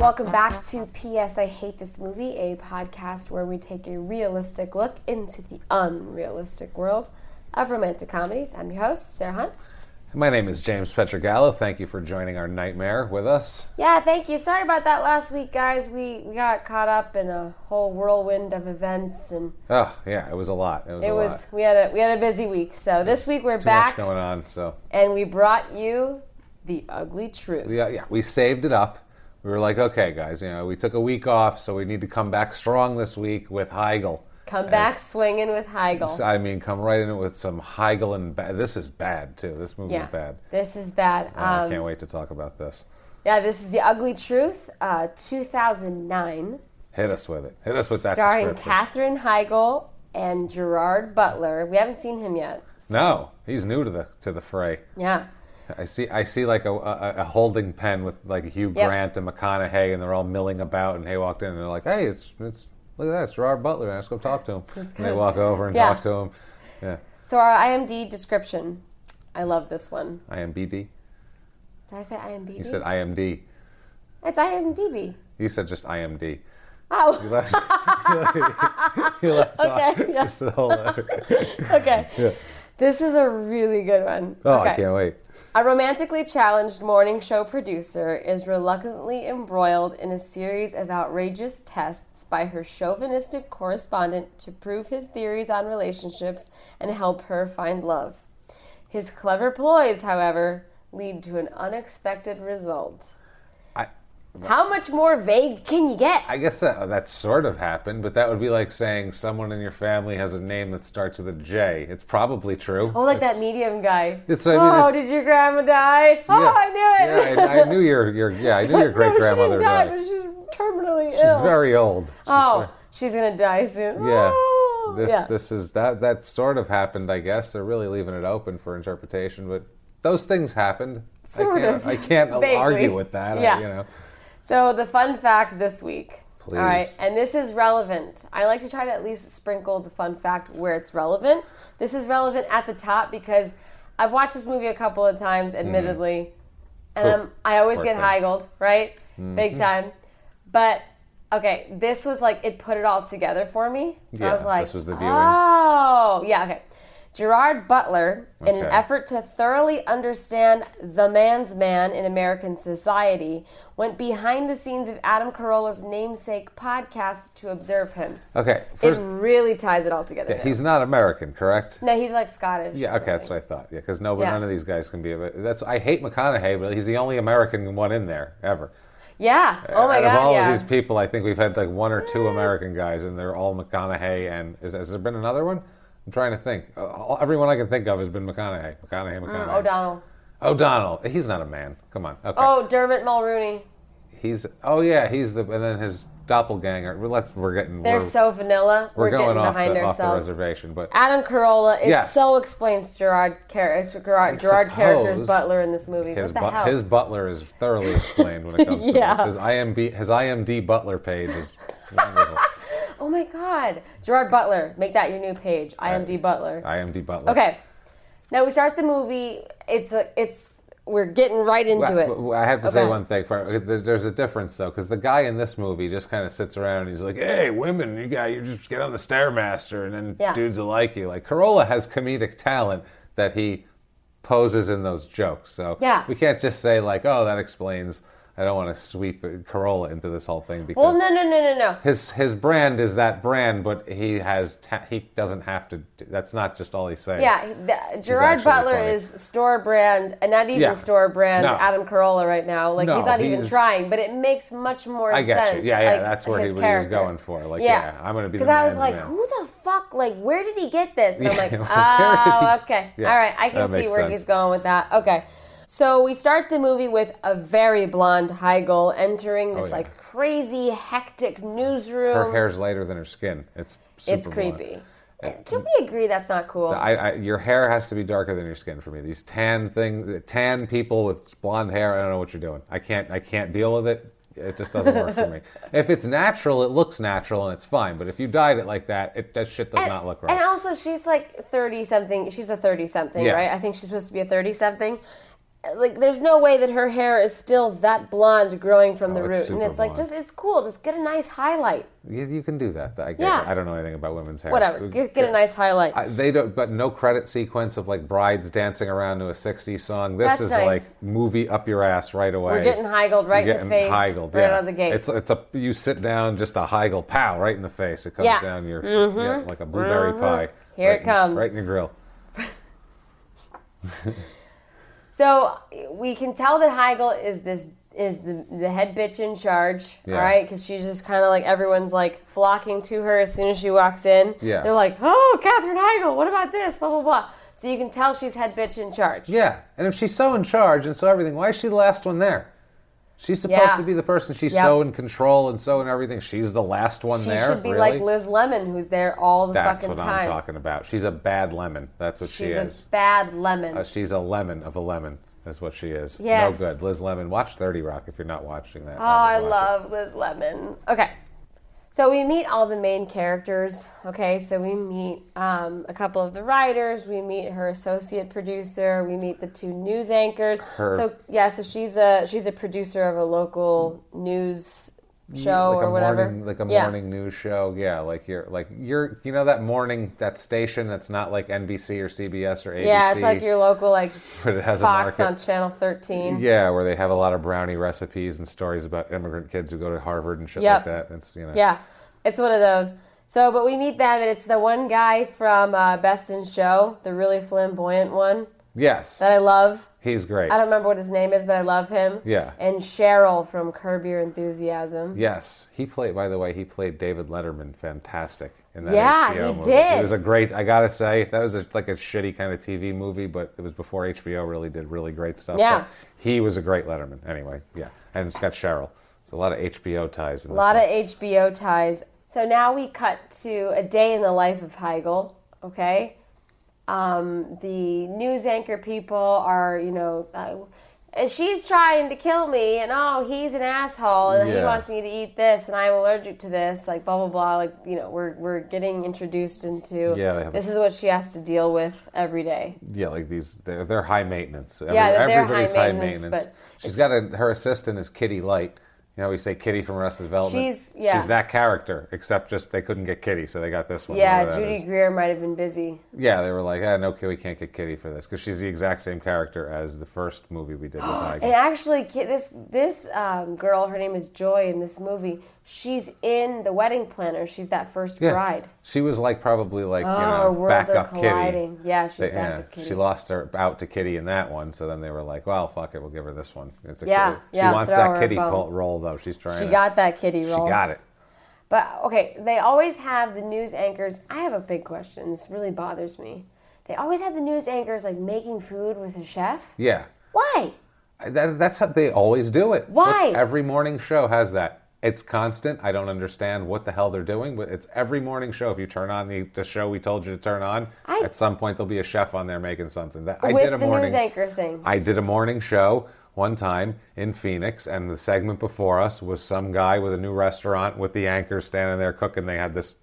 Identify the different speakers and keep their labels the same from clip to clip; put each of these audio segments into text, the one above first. Speaker 1: Welcome back to PS I Hate This Movie, a podcast where we take a realistic look into the unrealistic world of romantic comedies. I'm your host, Sarah Hunt.
Speaker 2: My name is James Petrogallo. Thank you for joining our nightmare with us.
Speaker 1: Yeah, thank you. Sorry about that last week, guys. We we got caught up in a whole whirlwind of events and
Speaker 2: Oh, yeah, it was a lot. It was
Speaker 1: it
Speaker 2: a
Speaker 1: was
Speaker 2: lot.
Speaker 1: we had a we had a busy week. So this week we're
Speaker 2: Too
Speaker 1: back
Speaker 2: much going on. So
Speaker 1: and we brought you the ugly truth.
Speaker 2: yeah, yeah, we saved it up. We were like, okay, guys, you know, we took a week off, so we need to come back strong this week with Heigl.
Speaker 1: Come back swinging with Heigl.
Speaker 2: So, I mean, come right in with some Heigl and ba- this is bad too. This movie
Speaker 1: yeah.
Speaker 2: is bad.
Speaker 1: This is bad.
Speaker 2: I
Speaker 1: Um,
Speaker 2: can't wait to talk about this.
Speaker 1: yeah, this is the ugly truth. Uh, 2009.
Speaker 2: Hit us with it. Hit us with that
Speaker 1: starring
Speaker 2: description.
Speaker 1: Katherine Heigl and Gerard Butler. We haven't seen him yet.
Speaker 2: No, he's new to the to the fray.
Speaker 1: Yeah.
Speaker 2: I see. I see like a, a, a holding pen with like Hugh
Speaker 1: Yep.
Speaker 2: Grant and McConaughey, and they're all milling about. And he walked in, and they're like, "Hey, it's it's look at that, it's Gerard Butler. Let's go talk to him." And they
Speaker 1: good.
Speaker 2: walk over and
Speaker 1: Yeah.
Speaker 2: talk to him. Yeah,
Speaker 1: So our IMD description. I love this one.
Speaker 2: IMBD.
Speaker 1: Did I say IMDb?
Speaker 2: He said IMD.
Speaker 1: it's IMDb.
Speaker 2: He said just IMD.
Speaker 1: Oh,
Speaker 2: He left. he left off
Speaker 1: Okay, yeah.
Speaker 2: just the whole letter.
Speaker 1: okay. This is a really good one.
Speaker 2: Oh,
Speaker 1: okay.
Speaker 2: I can't wait.
Speaker 1: A romantically challenged morning show producer is reluctantly embroiled in a series of outrageous tests by her chauvinistic correspondent to prove his theories on relationships and help her find love. His clever ploys, however, lead to an unexpected result.
Speaker 2: I-
Speaker 1: How much more vague can you get?
Speaker 2: I guess that that sort of happened, but that would be like saying someone in your family has a name that starts with a J. It's probably true.
Speaker 1: oh, like that medium guy.
Speaker 2: It's- I mean,
Speaker 1: oh,
Speaker 2: it's-
Speaker 1: did your grandma die? Oh,
Speaker 2: Yeah.
Speaker 1: I knew it.
Speaker 2: Yeah, I, I knew your your yeah, I knew your great
Speaker 1: no,
Speaker 2: grandmother
Speaker 1: she didn't die,
Speaker 2: died.
Speaker 1: but she's terminally
Speaker 2: She's
Speaker 1: ill.
Speaker 2: very old.
Speaker 1: Oh, she's gonna die soon.
Speaker 2: Yeah.
Speaker 1: Oh,
Speaker 2: This
Speaker 1: yeah.
Speaker 2: this is that that sort of happened, I guess. They're really leaving it open for interpretation, but those things happened.
Speaker 1: Sort
Speaker 2: I can't,
Speaker 1: of.
Speaker 2: I can't
Speaker 1: Vaguely.
Speaker 2: argue with that. I-
Speaker 1: Yeah.
Speaker 2: you know.
Speaker 1: So the fun fact this week.
Speaker 2: Please.
Speaker 1: All right, and this is relevant. I like to try to at least sprinkle the fun fact where it's relevant. This is relevant at the top because I've watched this movie a couple of times,
Speaker 2: Mm-hmm.
Speaker 1: admittedly, and I'm, I always
Speaker 2: Poor
Speaker 1: get
Speaker 2: thing.
Speaker 1: heigled, right?
Speaker 2: Mm-hmm.
Speaker 1: Big time. But okay, this was like it put it all together for me. I
Speaker 2: Yeah,
Speaker 1: was like,
Speaker 2: this was the viewing.
Speaker 1: Oh, yeah, okay. Gerard Butler, in an
Speaker 2: Okay.
Speaker 1: effort to thoroughly understand the man's man in American society, went behind the scenes of Adam Carolla's namesake podcast to observe him.
Speaker 2: Okay.
Speaker 1: It
Speaker 2: First
Speaker 1: really ties it all together. now.
Speaker 2: he's not American, correct?
Speaker 1: no, he's like Scottish.
Speaker 2: Yeah, okay, that's what I thought. Yeah, because no, but
Speaker 1: Yeah.
Speaker 2: none of these guys can be. a- That's I hate McConaughey, but he's the only American one in there ever.
Speaker 1: Yeah. Oh my
Speaker 2: Out
Speaker 1: god.
Speaker 2: of all
Speaker 1: yeah. Mm.
Speaker 2: of these people, I think we've had like one or two American guys, and they're all McConaughey. And is, has there been another one? I'm trying to think. Uh, all- everyone I can think of has been McConaughey. McConaughey,
Speaker 1: Mm,
Speaker 2: McConaughey.
Speaker 1: O'Donnell.
Speaker 2: O'Donnell. He's not a man. Come on. Okay.
Speaker 1: Oh, Dermot Mulrooney.
Speaker 2: He's. Oh yeah, he's the. And then his doppelganger. Well, Let's. We're getting.
Speaker 1: They're
Speaker 2: we're,
Speaker 1: so vanilla. We're,
Speaker 2: we're going
Speaker 1: getting
Speaker 2: off
Speaker 1: behind
Speaker 2: the, off the
Speaker 1: ourselves.
Speaker 2: reservation, but
Speaker 1: Adam Carolla. It
Speaker 2: Yes.
Speaker 1: so explains Gerard Car- Gerard, Gerard characters
Speaker 2: suppose
Speaker 1: Butler in this movie.
Speaker 2: his
Speaker 1: what the
Speaker 2: but-
Speaker 1: hell?
Speaker 2: his butler is thoroughly explained when it comes
Speaker 1: Yeah.
Speaker 2: to this. His IMB his IMD butler page is wonderful.
Speaker 1: Oh my God. Gerard Butler. Make that your new page. IMD Butler.
Speaker 2: IMD butler.
Speaker 1: Okay. Now we start the movie. It's a, it's we're getting right into
Speaker 2: Well,
Speaker 1: it.
Speaker 2: well, I have to say
Speaker 1: Okay.
Speaker 2: one thing. For uh, there- there's a difference though, because the guy in this movie just kind of sits around and he's like, "Hey, women, you got you just get on the stairmaster, and then
Speaker 1: Yeah.
Speaker 2: dudes will like you." Like Corolla has comedic talent that he poses in those jokes, so
Speaker 1: Yeah.
Speaker 2: we can't just say like, "Oh, that explains." I don't want to sweep Corolla into this whole thing because
Speaker 1: Well, no, no, no, no, no.
Speaker 2: his his brand is that brand, but he has ta- he doesn't have to. do- That's not just all he's saying.
Speaker 1: Yeah, he- the, Gerard
Speaker 2: actually
Speaker 1: Butler
Speaker 2: funny.
Speaker 1: is store brand, and not even
Speaker 2: Yeah.
Speaker 1: store brand
Speaker 2: No.
Speaker 1: Adam Carolla right now. Like
Speaker 2: No,
Speaker 1: he's not even
Speaker 2: he's-
Speaker 1: trying, but it makes much more
Speaker 2: I get you.
Speaker 1: sense.
Speaker 2: Yeah, yeah,
Speaker 1: like,
Speaker 2: that's where he-
Speaker 1: his
Speaker 2: what he was
Speaker 1: character.
Speaker 2: going for, like, yeah, I'm gonna be the
Speaker 1: Because I was
Speaker 2: man's
Speaker 1: like,
Speaker 2: man.
Speaker 1: who the fuck? Like, where did he get this? And I'm
Speaker 2: Yeah,
Speaker 1: like,
Speaker 2: where did
Speaker 1: oh,
Speaker 2: he-
Speaker 1: okay,
Speaker 2: Yeah,
Speaker 1: all right, I
Speaker 2: that
Speaker 1: can see
Speaker 2: makes
Speaker 1: where
Speaker 2: sense.
Speaker 1: he's going with that. Okay. So we start the movie with a very blonde Heigl entering this
Speaker 2: Oh, yeah.
Speaker 1: like crazy hectic newsroom.
Speaker 2: her hair's lighter than her skin. It's super
Speaker 1: it's
Speaker 2: blonde.
Speaker 1: creepy. Can we agree that's not cool?
Speaker 2: I, I, your hair has to be darker than your skin for me. These tan thing, tan people with blonde hair. I don't know what you're doing. I can't. I can't deal with it. It just doesn't work for me. If it's natural, it looks natural and it's fine. But if you dyed it like that, it, that shit does not look right.
Speaker 1: And also, she's like 30 something. She's a 30 something,
Speaker 2: Yeah.
Speaker 1: right? I think she's supposed to be a 30 something. Like, there's no way that her hair is still that blonde growing from the
Speaker 2: it's
Speaker 1: root. And
Speaker 2: super
Speaker 1: it's like,
Speaker 2: blonde.
Speaker 1: just, it's cool. Just get a nice highlight.
Speaker 2: you, you can do that. I, get
Speaker 1: Yeah.
Speaker 2: I don't know anything about women's hair.
Speaker 1: Whatever. Get, get a nice highlight.
Speaker 2: I- they don't, but no credit sequence of like brides dancing around to a 60s song. This
Speaker 1: That's
Speaker 2: is
Speaker 1: nice.
Speaker 2: like movie up your ass right away.
Speaker 1: We're getting Heigled right
Speaker 2: You're
Speaker 1: in the
Speaker 2: getting
Speaker 1: face.
Speaker 2: Heigled,
Speaker 1: right
Speaker 2: yeah.
Speaker 1: out of the gate.
Speaker 2: It's it's a you sit down just a Heigl pow right in the face. It comes
Speaker 1: Yeah. Mm-hmm.
Speaker 2: down your yeah, like a blueberry pie.
Speaker 1: Here
Speaker 2: right
Speaker 1: it
Speaker 2: in-
Speaker 1: comes.
Speaker 2: right in your grill.
Speaker 1: So we can tell that Heigl is this is the, the head bitch in charge,
Speaker 2: Yeah.
Speaker 1: all right? Because she's just kind of like everyone's like flocking to her as soon as she walks in.
Speaker 2: Yeah.
Speaker 1: they're like, "Oh, Catherine Heigl, what about this?" Blah blah blah. So you can tell she's head bitch in charge.
Speaker 2: Yeah, and if she's so in charge and so everything, why is she the last one there? She's supposed
Speaker 1: Yeah.
Speaker 2: to be the person. She's
Speaker 1: Yep.
Speaker 2: so in control and so in everything. She's the last one
Speaker 1: she
Speaker 2: there.
Speaker 1: should be
Speaker 2: really?
Speaker 1: like Liz Lemon, who's there all the
Speaker 2: That's
Speaker 1: fucking
Speaker 2: what
Speaker 1: time.
Speaker 2: I'm talking about. She's a bad lemon. That's what
Speaker 1: she's
Speaker 2: she
Speaker 1: a
Speaker 2: is.
Speaker 1: bad lemon.
Speaker 2: Uh, she's a lemon of a lemon. That's what she is.
Speaker 1: Yes.
Speaker 2: No good. Liz Lemon. Watch 30 Rock if you're not watching that.
Speaker 1: Oh, I love Liz Lemon. Okay. So we meet all the main characters. Okay, so we meet um, a couple of the writers. We meet her associate producer. We meet the two news anchors.
Speaker 2: Her-
Speaker 1: So yeah, so she's a she's a producer of a local news show
Speaker 2: like
Speaker 1: Oh, or
Speaker 2: a
Speaker 1: whatever.
Speaker 2: morning like a
Speaker 1: Yeah.
Speaker 2: morning news show. Yeah, like you're like you're you know that morning that station that's not like NBC or CBS or ABC.
Speaker 1: Yeah, it's like your local like
Speaker 2: but it has
Speaker 1: Fox
Speaker 2: a
Speaker 1: on
Speaker 2: market.
Speaker 1: Channel 13.
Speaker 2: yeah, where they have a lot of brownie recipes and stories about immigrant kids who go to Harvard and shit
Speaker 1: Yep.
Speaker 2: like that. It's you know
Speaker 1: Yeah, it's one of those. So, but we meet them, and it's the one guy from uh, Best in Show, the really flamboyant one
Speaker 2: Yes.
Speaker 1: that I love.
Speaker 2: He's great.
Speaker 1: I don't remember what his name is, but I love him.
Speaker 2: Yeah.
Speaker 1: And Cheryl from Curb Your Enthusiasm.
Speaker 2: Yes, he played. By the way, he played David Letterman. Fantastic in that
Speaker 1: Yeah,
Speaker 2: HBO
Speaker 1: he
Speaker 2: movie.
Speaker 1: did.
Speaker 2: It was a great. I gotta say, that was a, like a shitty kind of TV movie, but it was before HBO really did really great stuff.
Speaker 1: Yeah.
Speaker 2: But he was a great Letterman. Anyway, yeah, and it's got Cheryl. So a lot of HBO ties. In
Speaker 1: A lot of HBO ties. So now we cut to a day in the life of Heigl. Okay. Um, the news anchor people are, you know, uh, and she's trying to kill me, and oh, he's an asshole, and he
Speaker 2: Yeah.
Speaker 1: wants me to eat this, and I'm allergic to this, like blah blah blah. Like you know, we're we're getting introduced into
Speaker 2: Yeah, they have-
Speaker 1: this is what she has to deal with every day.
Speaker 2: yeah, like these. They're, they're high maintenance.
Speaker 1: Yeah, they're high
Speaker 2: everybody's
Speaker 1: maintenance, but
Speaker 2: She's got a, her assistant is Kitty Light. You know, we say Kitty from Arrested Development.
Speaker 1: She's- yeah.
Speaker 2: She's that character, except just they couldn't get Kitty, so they got this one.
Speaker 1: Yeah,
Speaker 2: whatever that is.
Speaker 1: Judy Greer might have been busy.
Speaker 2: Yeah, they were like, ah, no, we can't get Kitty for this because she's the exact same character as the first movie we did with
Speaker 1: And
Speaker 2: Heigl.
Speaker 1: actually, ki- this this um, girl, her name is Joy in this movie. She's in the wedding planner. She's that first
Speaker 2: Yeah.
Speaker 1: bride.
Speaker 2: She was like probably like you
Speaker 1: Our
Speaker 2: know
Speaker 1: Oh, worlds are
Speaker 2: backup
Speaker 1: colliding.
Speaker 2: Kitty.
Speaker 1: Yeah, she's
Speaker 2: They- yeah,
Speaker 1: backup Kitty.
Speaker 2: she lost her out to Kitty in that one, so then they were like, well, fuck it, we'll give her this one. It's a
Speaker 1: Yeah,
Speaker 2: Kitty. she
Speaker 1: yeah,
Speaker 2: wants
Speaker 1: throw her a
Speaker 2: that Kitty
Speaker 1: bone.
Speaker 2: pol- role though. She's trying.
Speaker 1: she
Speaker 2: to,
Speaker 1: got that kitty
Speaker 2: She
Speaker 1: role.
Speaker 2: got it.
Speaker 1: But okay, they always have the news anchors. I have a big question. This really bothers me. They always have the news anchors like making food with a chef.
Speaker 2: Yeah,
Speaker 1: Why?
Speaker 2: that, that's how they always do it. Look,
Speaker 1: Why?
Speaker 2: every morning show has that. It's constant. I don't understand what the hell they're doing, but it's every morning show. If you turn on the, the show we told you to turn on,
Speaker 1: I-
Speaker 2: at some point there'll be a chef on there making something. That I
Speaker 1: with
Speaker 2: did a
Speaker 1: the
Speaker 2: morning.
Speaker 1: news anchor thing.
Speaker 2: I did a morning show one time in Phoenix, and the segment before us was some guy with a new restaurant with the anchor standing there cooking. They had this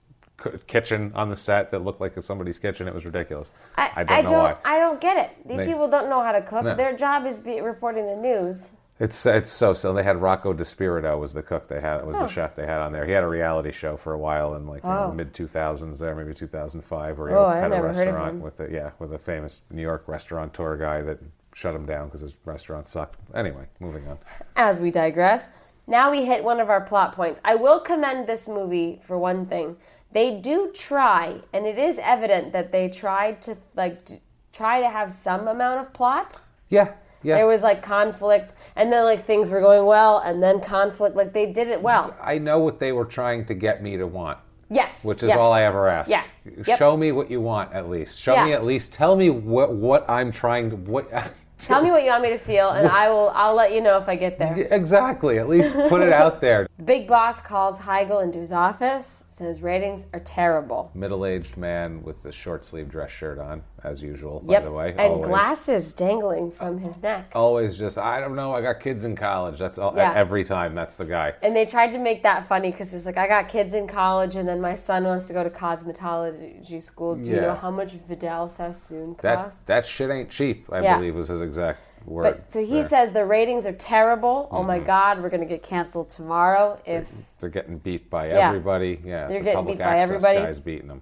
Speaker 2: c- kitchen on the set that looked like somebody's kitchen. It was ridiculous. I don't know why.
Speaker 1: I don't get it. These
Speaker 2: They-
Speaker 1: people don't know how to cook.
Speaker 2: No.
Speaker 1: Their job is be, reporting the news.
Speaker 2: It's it's so so. They had Rocco Despirito was the cook they had
Speaker 1: Oh.
Speaker 2: was the chef they had on there. He had a reality show for a while in like you know, mid two thousands there, maybe two thousand five, where he
Speaker 1: Oh, I
Speaker 2: had a
Speaker 1: never heard of
Speaker 2: restaurant
Speaker 1: him.
Speaker 2: with a yeah with a famous New York restaurateur guy that shut him down because his restaurant sucked. Anyway, moving on.
Speaker 1: As we digress, now we hit one of our plot points. I will commend this movie for one thing. They do try, and it is evident that they tried to like d- try to have some amount of plot.
Speaker 2: Yeah, yeah.
Speaker 1: There was like conflict, and then like things were going well, and then conflict. Like they did it well.
Speaker 2: I know what they were trying to get me to want,
Speaker 1: Yes.
Speaker 2: which is all I ever ask.
Speaker 1: Yeah. Yep.
Speaker 2: Show me what you want at least. Show me
Speaker 1: Yeah.
Speaker 2: at least. Tell me what what I'm trying to what.
Speaker 1: Tell me what you want me to feel, and I will. I'll let you know if I get there.
Speaker 2: exactly. At least put it out there.
Speaker 1: The big boss calls Heigl into his office. Says ratings are terrible.
Speaker 2: Middle-aged man with the short-sleeve dress shirt on, as usual.
Speaker 1: Yep.
Speaker 2: By the way,
Speaker 1: and
Speaker 2: always.
Speaker 1: glasses dangling from his neck.
Speaker 2: Always just I don't know. I got kids in college. That's all.
Speaker 1: Yeah.
Speaker 2: Every time, that's the guy.
Speaker 1: And they tried to make that funny because it's like I got kids in college, and then my son wants to go to cosmetology school. Do you
Speaker 2: Yeah.
Speaker 1: know how much Vidal Sassoon
Speaker 2: That
Speaker 1: costs?
Speaker 2: that shit ain't cheap. I
Speaker 1: Yeah.
Speaker 2: believe was his exact word.
Speaker 1: but so he
Speaker 2: there.
Speaker 1: says the ratings are terrible. Oh my God, we're gonna get canceled tomorrow if.
Speaker 2: they're getting beat by
Speaker 1: Yeah.
Speaker 2: everybody. Yeah,
Speaker 1: They're
Speaker 2: the
Speaker 1: getting
Speaker 2: public
Speaker 1: beat by
Speaker 2: access
Speaker 1: everybody.
Speaker 2: guys beating them.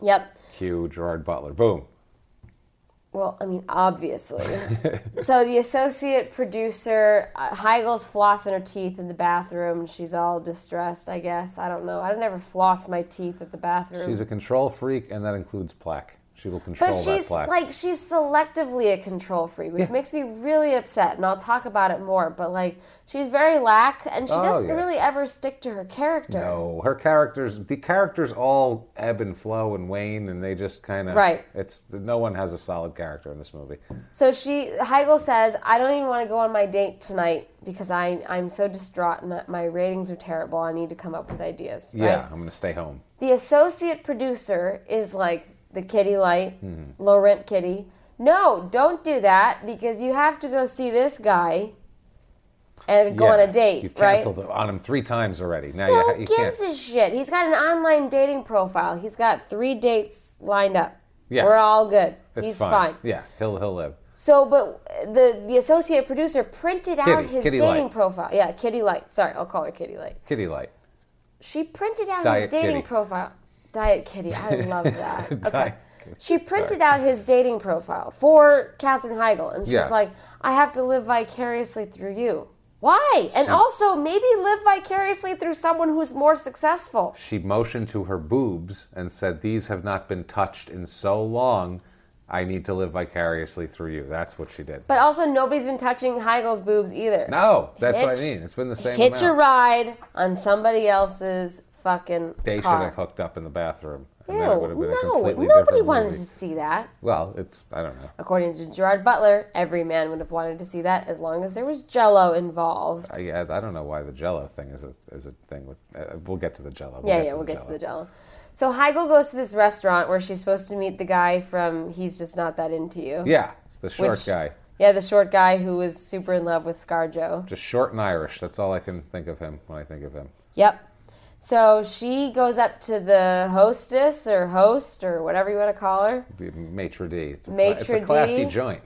Speaker 1: Yep.
Speaker 2: Cue Gerard Butler. Boom.
Speaker 1: Well, I mean, obviously. so the associate producer, uh, Heigl's flossing her teeth in the bathroom. She's all distressed, I guess. I don't know. I don't ever floss my teeth at the bathroom.
Speaker 2: She's a control freak, and that includes plaque. She will control
Speaker 1: But she's
Speaker 2: that plaque.
Speaker 1: like she's selectively a control freak, which makes me really upset, and I'll talk about it more. But like she's very lax, and she
Speaker 2: Oh,
Speaker 1: doesn't
Speaker 2: yeah.
Speaker 1: really ever stick to her character.
Speaker 2: no, her characters, the characters all ebb and flow and wane, and they just kind of
Speaker 1: Right.
Speaker 2: It's no one has a solid character in this movie.
Speaker 1: So she Heigl says, "I don't even want to go on my date tonight because I I'm so distraught and my ratings are terrible. I need to come up with ideas." Right?
Speaker 2: Yeah, I'm gonna stay home.
Speaker 1: The associate producer is like the kitty light,
Speaker 2: Hmm.
Speaker 1: low rent kitty. No, don't do that because you have to go see this guy and go on
Speaker 2: Yeah,
Speaker 1: a date,
Speaker 2: You've
Speaker 1: right?
Speaker 2: canceled on him three times already. Now
Speaker 1: Who
Speaker 2: you, you can't.
Speaker 1: gives a shit? He's got an online dating profile. He's got three dates lined up.
Speaker 2: Yeah.
Speaker 1: We're all good.
Speaker 2: it's
Speaker 1: He's fine.
Speaker 2: Yeah, he'll he'll live.
Speaker 1: So, but the the associate producer printed out
Speaker 2: Kitty,
Speaker 1: his
Speaker 2: Kitty
Speaker 1: dating
Speaker 2: Light.
Speaker 1: profile. Yeah, Kitty Light. Sorry, I'll call her Kitty Light.
Speaker 2: Kitty light.
Speaker 1: She printed out his
Speaker 2: Diet
Speaker 1: dating
Speaker 2: Kitty.
Speaker 1: profile. Diet Kitty. I love that. Okay.
Speaker 2: Diet
Speaker 1: She printed out his dating profile for Katherine Heigl, and she's
Speaker 2: Yeah.
Speaker 1: like, "I have to live vicariously through you." Why? And also, maybe live vicariously through someone who's more successful.
Speaker 2: She motioned to her boobs and said, These have not been touched in so long. I need to live vicariously through you. That's what she did.
Speaker 1: But also, nobody's been touching Heigl's boobs either.
Speaker 2: no, that's what I
Speaker 1: Hitch-
Speaker 2: mean. It's been the same
Speaker 1: Hitch a
Speaker 2: amount.
Speaker 1: ride on somebody else's fucking
Speaker 2: They should
Speaker 1: car.
Speaker 2: have hooked up in the bathroom.
Speaker 1: Ew,
Speaker 2: And then it would have been a
Speaker 1: no,
Speaker 2: completely
Speaker 1: nobody
Speaker 2: different
Speaker 1: wanted
Speaker 2: movie.
Speaker 1: to see that.
Speaker 2: Well, it's, I don't know.
Speaker 1: According to Gerard Butler, every man would have wanted to see that as long as there was Jello involved.
Speaker 2: I, yeah, I don't know why the jello thing is a, is a thing with. Uh, we'll get to the jello. We'll
Speaker 1: yeah, yeah, we'll get to the Jello. So Heigl goes to this restaurant where she's supposed to meet the guy from "He's Just Not That Into You."
Speaker 2: Yeah, the short
Speaker 1: Which-
Speaker 2: guy.
Speaker 1: Yeah, the short guy who was super in love with ScarJo.
Speaker 2: Just short and Irish. That's all I can think of him when I think of him.
Speaker 1: Yep. So she goes up to the hostess or host or whatever you want to call her.
Speaker 2: The Maitre d'. It's a, cla- it's
Speaker 1: Maitre
Speaker 2: a classy
Speaker 1: d'.
Speaker 2: joint.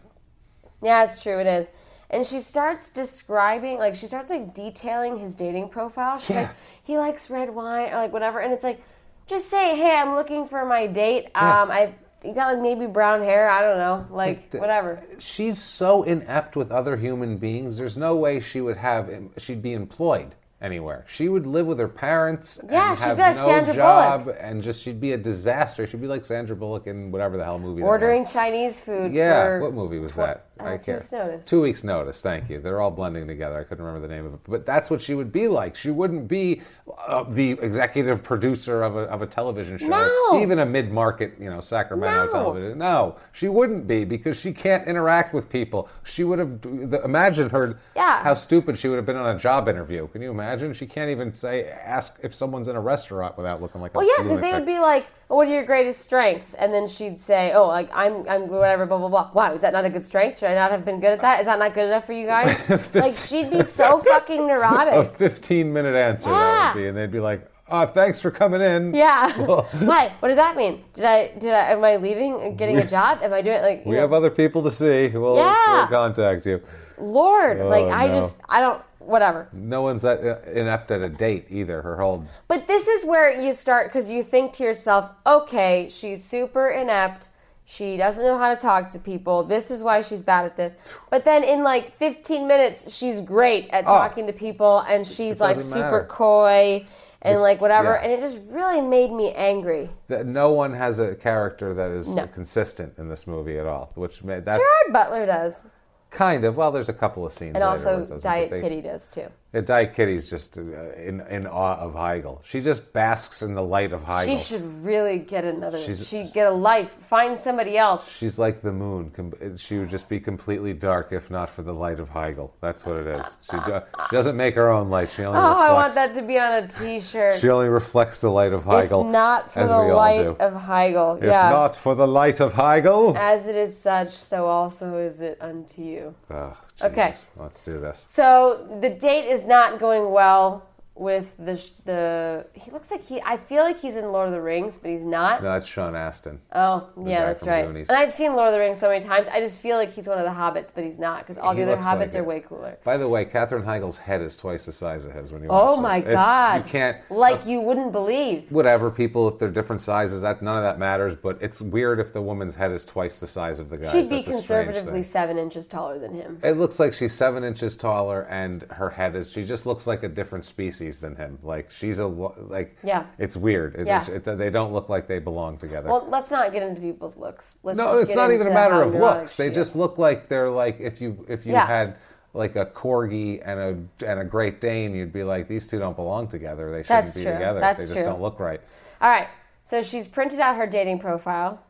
Speaker 1: Yeah, it's true. It is. And she starts describing, like, she starts like detailing his dating profile. She's like, he likes red wine or like whatever. And it's like, just say, hey, I'm looking for my date. Um, I you got like maybe brown hair. I don't know, like
Speaker 2: d-
Speaker 1: whatever.
Speaker 2: she's so inept with other human beings. There's no way she would have she'd be employed anywhere. She would live with her parents
Speaker 1: Yeah,
Speaker 2: and
Speaker 1: she'd
Speaker 2: have
Speaker 1: be like
Speaker 2: no
Speaker 1: Sandra
Speaker 2: job
Speaker 1: Bullock.
Speaker 2: and just she'd be a disaster. She'd be like Sandra Bullock in whatever the hell movie that
Speaker 1: Ordering
Speaker 2: was.
Speaker 1: Chinese food.
Speaker 2: Yeah,
Speaker 1: for-
Speaker 2: what movie was that?
Speaker 1: uh, Two
Speaker 2: can't-
Speaker 1: Weeks Notice.
Speaker 2: Two weeks notice. Thank you. They're all blending together. I couldn't remember the name of it, but that's what she would be like. She wouldn't be uh, the executive producer of a, of a television show,
Speaker 1: No.
Speaker 2: even a mid market, you know, Sacramento
Speaker 1: No.
Speaker 2: television. No, she wouldn't be because she can't interact with people. She would have the, imagine her.
Speaker 1: Yeah.
Speaker 2: How stupid she would have been on a job interview. Can you imagine? She can't even say ask if someone's in a restaurant without looking like a.
Speaker 1: Well, yeah, because they
Speaker 2: lunatic.
Speaker 1: would be like, "What are your greatest strengths?" And then she'd say, "Oh, like I'm, I'm whatever, blah blah blah." Wow, is that not a good strength? Should I not have been good at that? Is that not good enough for you guys? like she'd be so fucking neurotic.
Speaker 2: a 15 minute answer that would
Speaker 1: Yeah.
Speaker 2: be, and they'd be like, "Oh, thanks for coming in."
Speaker 1: Yeah. Why? What does that mean? Did I? Did I? Am I leaving? and Getting a job? Am I doing like? You
Speaker 2: We
Speaker 1: know,
Speaker 2: have other people to see. We'll,
Speaker 1: Yeah.
Speaker 2: we'll contact you.
Speaker 1: Lord, like I
Speaker 2: Oh, no.
Speaker 1: just, I don't. Whatever.
Speaker 2: No one's that inept at a date either. Her whole
Speaker 1: But this is where you start because you think to yourself, okay, she's super inept. She doesn't know how to talk to people. This is why she's bad at this. But then in like 15 minutes, she's great at talking to people and she's like
Speaker 2: Oh. doesn't
Speaker 1: super
Speaker 2: matter.
Speaker 1: coy and like whatever.
Speaker 2: yeah.
Speaker 1: And it just really made me angry.
Speaker 2: That no one has a character that is
Speaker 1: No.
Speaker 2: consistent in this movie at all, which ma- that's
Speaker 1: Gerard Butler does.
Speaker 2: kind of well. There's a couple of scenes
Speaker 1: And
Speaker 2: later where
Speaker 1: also
Speaker 2: it doesn't, but
Speaker 1: Diet
Speaker 2: they-
Speaker 1: Kitty does too.
Speaker 2: Yeah, Diet Kitty's just uh, in in awe of Heigl. She just basks in the light of Heigl.
Speaker 1: She should really get another.
Speaker 2: She's-
Speaker 1: She'd get a life. Find somebody else.
Speaker 2: She's like the moon. com- She would just be completely dark if not for the light of Heigl. That's what it is. She, do- she doesn't make her own light. She only
Speaker 1: Oh,
Speaker 2: reflects.
Speaker 1: I want that to be on a T-shirt.
Speaker 2: She only reflects the light of Heigl.
Speaker 1: if not for
Speaker 2: as
Speaker 1: the
Speaker 2: we all
Speaker 1: light
Speaker 2: do.
Speaker 1: of Heigl,
Speaker 2: if
Speaker 1: yeah. Ah,
Speaker 2: not for the light of Heigl.
Speaker 1: As it is such, so also is it unto you.
Speaker 2: Oh,
Speaker 1: Okay.
Speaker 2: Jesus. Let's do this.
Speaker 1: So the date is not going well with the sh- the. He looks like he. I feel like he's in Lord of the Rings, but he's not.
Speaker 2: No, that's Sean Astin.
Speaker 1: Oh,
Speaker 2: guy
Speaker 1: yeah, that's
Speaker 2: from
Speaker 1: right.
Speaker 2: Goonies.
Speaker 1: And I've seen Lord of the Rings so many times. I just feel like he's one of the hobbits, but he's not because all
Speaker 2: He
Speaker 1: the other
Speaker 2: looks like
Speaker 1: hobbits are
Speaker 2: it.
Speaker 1: way cooler.
Speaker 2: By the way, Katherine Heigl's head is twice the size it has when you watch
Speaker 1: Oh
Speaker 2: this.
Speaker 1: my
Speaker 2: It's-
Speaker 1: god!
Speaker 2: You can't.
Speaker 1: Like you wouldn't believe.
Speaker 2: whatever people if they're different sizes that none of that matters but it's weird if the woman's head is twice the size of the guy's
Speaker 1: She'd be
Speaker 2: That's a strange
Speaker 1: conservatively
Speaker 2: thing.
Speaker 1: seven inches taller than him.
Speaker 2: it looks like she's seven inches taller and her head is she just looks like a different species than him like she's a lo- like
Speaker 1: Yeah.
Speaker 2: it's weird it,
Speaker 1: Yeah.
Speaker 2: it- they don't look like they belong together
Speaker 1: Well, let's not get into people's looks. Let's
Speaker 2: no
Speaker 1: just
Speaker 2: it's
Speaker 1: get
Speaker 2: not even a
Speaker 1: into
Speaker 2: matter
Speaker 1: how
Speaker 2: of
Speaker 1: neurotic
Speaker 2: looks they
Speaker 1: she
Speaker 2: just
Speaker 1: is.
Speaker 2: look like they're like if you if you
Speaker 1: Yeah.
Speaker 2: had like a corgi and a and a Great Dane, you'd be like, these two don't belong together. They shouldn't
Speaker 1: That's
Speaker 2: be
Speaker 1: true.
Speaker 2: together.
Speaker 1: That's
Speaker 2: they just
Speaker 1: true.
Speaker 2: don't look right.
Speaker 1: All right. So she's printed out her dating profile.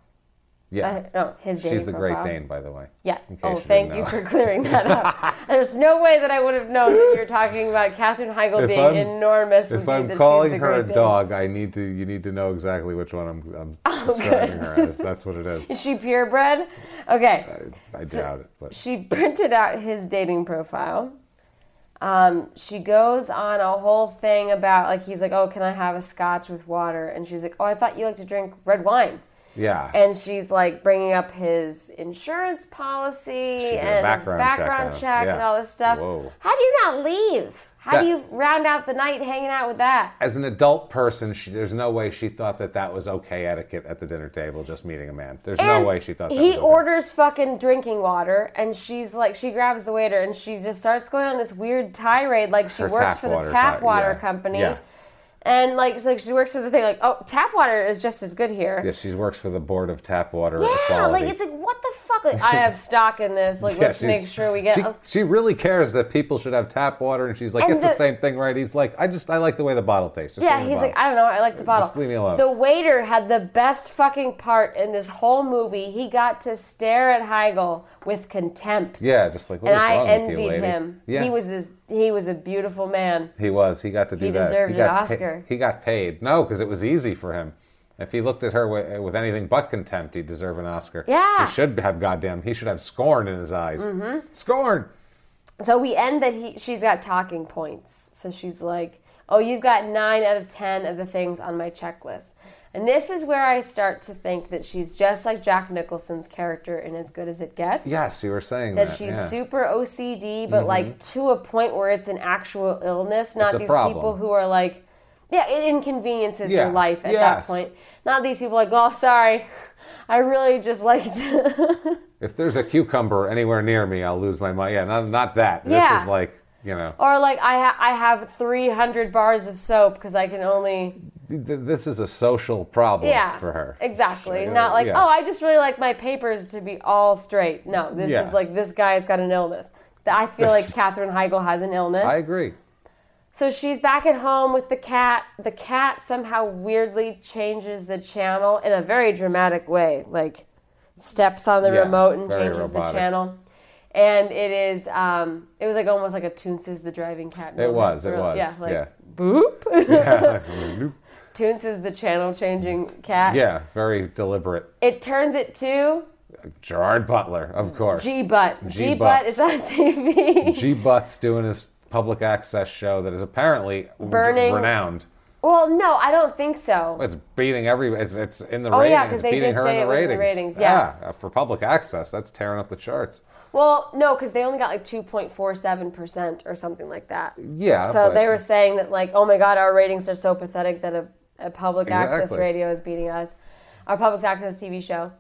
Speaker 2: Yeah,
Speaker 1: Uh, no, his dating
Speaker 2: she's the
Speaker 1: profile.
Speaker 2: Great Dane, by the way.
Speaker 1: Yeah.
Speaker 2: In case
Speaker 1: Oh,
Speaker 2: you didn't
Speaker 1: thank you
Speaker 2: know.
Speaker 1: for clearing that up. There's no way that I would have known that you're talking about Katherine Heigl
Speaker 2: If
Speaker 1: being
Speaker 2: I'm-
Speaker 1: enormous. would
Speaker 2: If
Speaker 1: be
Speaker 2: I'm
Speaker 1: that she's
Speaker 2: calling
Speaker 1: the
Speaker 2: her a
Speaker 1: Great Dane.
Speaker 2: dog, I need to. You need to know exactly which one I'm, I'm
Speaker 1: Oh,
Speaker 2: describing her as. That's what it is.
Speaker 1: Is she purebred? Okay.
Speaker 2: I doubt it, but
Speaker 1: she printed out his dating profile. Um, she goes on a whole thing about like he's like, oh, can I have a scotch with water? And she's like, oh, I thought you like to drink red wine.
Speaker 2: yeah.
Speaker 1: And she's like bringing up his insurance policy
Speaker 2: did a
Speaker 1: and
Speaker 2: background
Speaker 1: his
Speaker 2: check
Speaker 1: background
Speaker 2: on him.
Speaker 1: check, and
Speaker 2: Yeah.
Speaker 1: all this stuff.
Speaker 2: Whoa.
Speaker 1: How do you not leave? How do
Speaker 2: That-
Speaker 1: you round out the night hanging out with that?
Speaker 2: As an adult person, she, there's no way she thought that that was okay etiquette at the dinner table, just meeting a man. There's no
Speaker 1: And
Speaker 2: way she thought that
Speaker 1: he
Speaker 2: was okay.
Speaker 1: orders fucking drinking water, and she's like, she grabs the waiter, and she just starts going on this weird tirade, like she
Speaker 2: Her
Speaker 1: works
Speaker 2: tap
Speaker 1: for the
Speaker 2: water
Speaker 1: tap
Speaker 2: ti-
Speaker 1: water
Speaker 2: yeah,
Speaker 1: company,
Speaker 2: yeah.
Speaker 1: and like, so, like she works for the thing, like, oh, tap water is just as good here.
Speaker 2: Yeah, she works for the board of tap water
Speaker 1: Yeah,
Speaker 2: equality.
Speaker 1: like it's like what the fuck? Like I have stock in this. Like let's
Speaker 2: she-
Speaker 1: make sure we get.
Speaker 2: She, she really cares that people should have tap water, and she's like,
Speaker 1: And
Speaker 2: "It's
Speaker 1: the-
Speaker 2: the same thing, right?" He's like, "I just, I like the way the bottle tastes." Just
Speaker 1: Yeah,
Speaker 2: give me the
Speaker 1: he's like,
Speaker 2: bottle."
Speaker 1: I don't know, I like the bottle.
Speaker 2: leave me alone.
Speaker 1: The waiter had the best fucking part in this whole movie. He got to stare at Heigl with contempt.
Speaker 2: "Yeah, just like what
Speaker 1: and
Speaker 2: is
Speaker 1: I
Speaker 2: wrong with you,
Speaker 1: envied
Speaker 2: lady?"
Speaker 1: him.
Speaker 2: Yeah,
Speaker 1: He was this, he was a beautiful man.
Speaker 2: He was. He got to do
Speaker 1: He
Speaker 2: that.
Speaker 1: deserved an
Speaker 2: got pa-
Speaker 1: Oscar.
Speaker 2: he got paid. No, because it was easy for him. If he looked at her with, with anything but contempt, he'd deserve an Oscar.
Speaker 1: Yeah.
Speaker 2: He should have goddamn. He should have scorn in his eyes. Mm-hmm. Scorn.
Speaker 1: So we end that he she's got talking points. So she's like, "Oh, you've got 9 out of 10 of the things on my checklist." And this is where I start to think that she's just like Jack Nicholson's character in As Good as It Gets.
Speaker 2: Yes, you were saying that.
Speaker 1: that she's
Speaker 2: yeah. Mm-hmm.
Speaker 1: super OCD, but like to a point where it's an actual illness, not
Speaker 2: It's a
Speaker 1: these
Speaker 2: problem.
Speaker 1: people who are like, yeah, it inconveniences your
Speaker 2: Yeah.
Speaker 1: life at that
Speaker 2: Yes.
Speaker 1: point. Not these people like, oh, sorry, I really just like to.
Speaker 2: If there's a cucumber anywhere near me, I'll lose my mind. Yeah, not, not that.
Speaker 1: Yeah.
Speaker 2: This is like you know.
Speaker 1: or like, I, ha- I have 300 bars of soap because I can only.
Speaker 2: th- th- This is a social problem
Speaker 1: Yeah.
Speaker 2: for her.
Speaker 1: Exactly.
Speaker 2: Sure,
Speaker 1: Not like,
Speaker 2: yeah.
Speaker 1: oh, I just really like my papers to be all straight. No, this
Speaker 2: Yeah.
Speaker 1: is like, this guy's got an illness. I feel like Katherine Heigl has an illness.
Speaker 2: I agree.
Speaker 1: So she's back at home with the cat. The cat somehow weirdly changes the channel in a very dramatic way, like steps on the
Speaker 2: Yeah,
Speaker 1: remote and
Speaker 2: very
Speaker 1: changes
Speaker 2: robotic.
Speaker 1: the channel. And it is, um, it was like almost like a Toons is the driving cat.
Speaker 2: It
Speaker 1: moment.
Speaker 2: was. It
Speaker 1: Or,
Speaker 2: was.
Speaker 1: Yeah, like
Speaker 2: yeah.
Speaker 1: boop. Toons is the channel changing cat.
Speaker 2: Yeah. Very deliberate.
Speaker 1: It turns it to
Speaker 2: Gerard Butler, of course.
Speaker 1: G Butt. G Butt
Speaker 2: G-Butts.
Speaker 1: is on TV.
Speaker 2: G Butts doing his public access show that is apparently
Speaker 1: Burning-
Speaker 2: renowned.
Speaker 1: well, no, I don't think so.
Speaker 2: It's beating every. It's it's in the
Speaker 1: Oh,
Speaker 2: ratings.
Speaker 1: yeah, 'cause
Speaker 2: it's
Speaker 1: they
Speaker 2: beating
Speaker 1: did
Speaker 2: her
Speaker 1: say
Speaker 2: in
Speaker 1: it
Speaker 2: the
Speaker 1: was in
Speaker 2: ratings.
Speaker 1: the ratings, yeah.
Speaker 2: uh, for public access, that's tearing up the charts.
Speaker 1: Well, no, because they only got like 2.47% or something like that.
Speaker 2: Yeah,
Speaker 1: So
Speaker 2: but-
Speaker 1: they were saying that, like, oh my God, our ratings are so pathetic that a, a public access
Speaker 2: Exactly.
Speaker 1: radio is beating us, our public access TV show.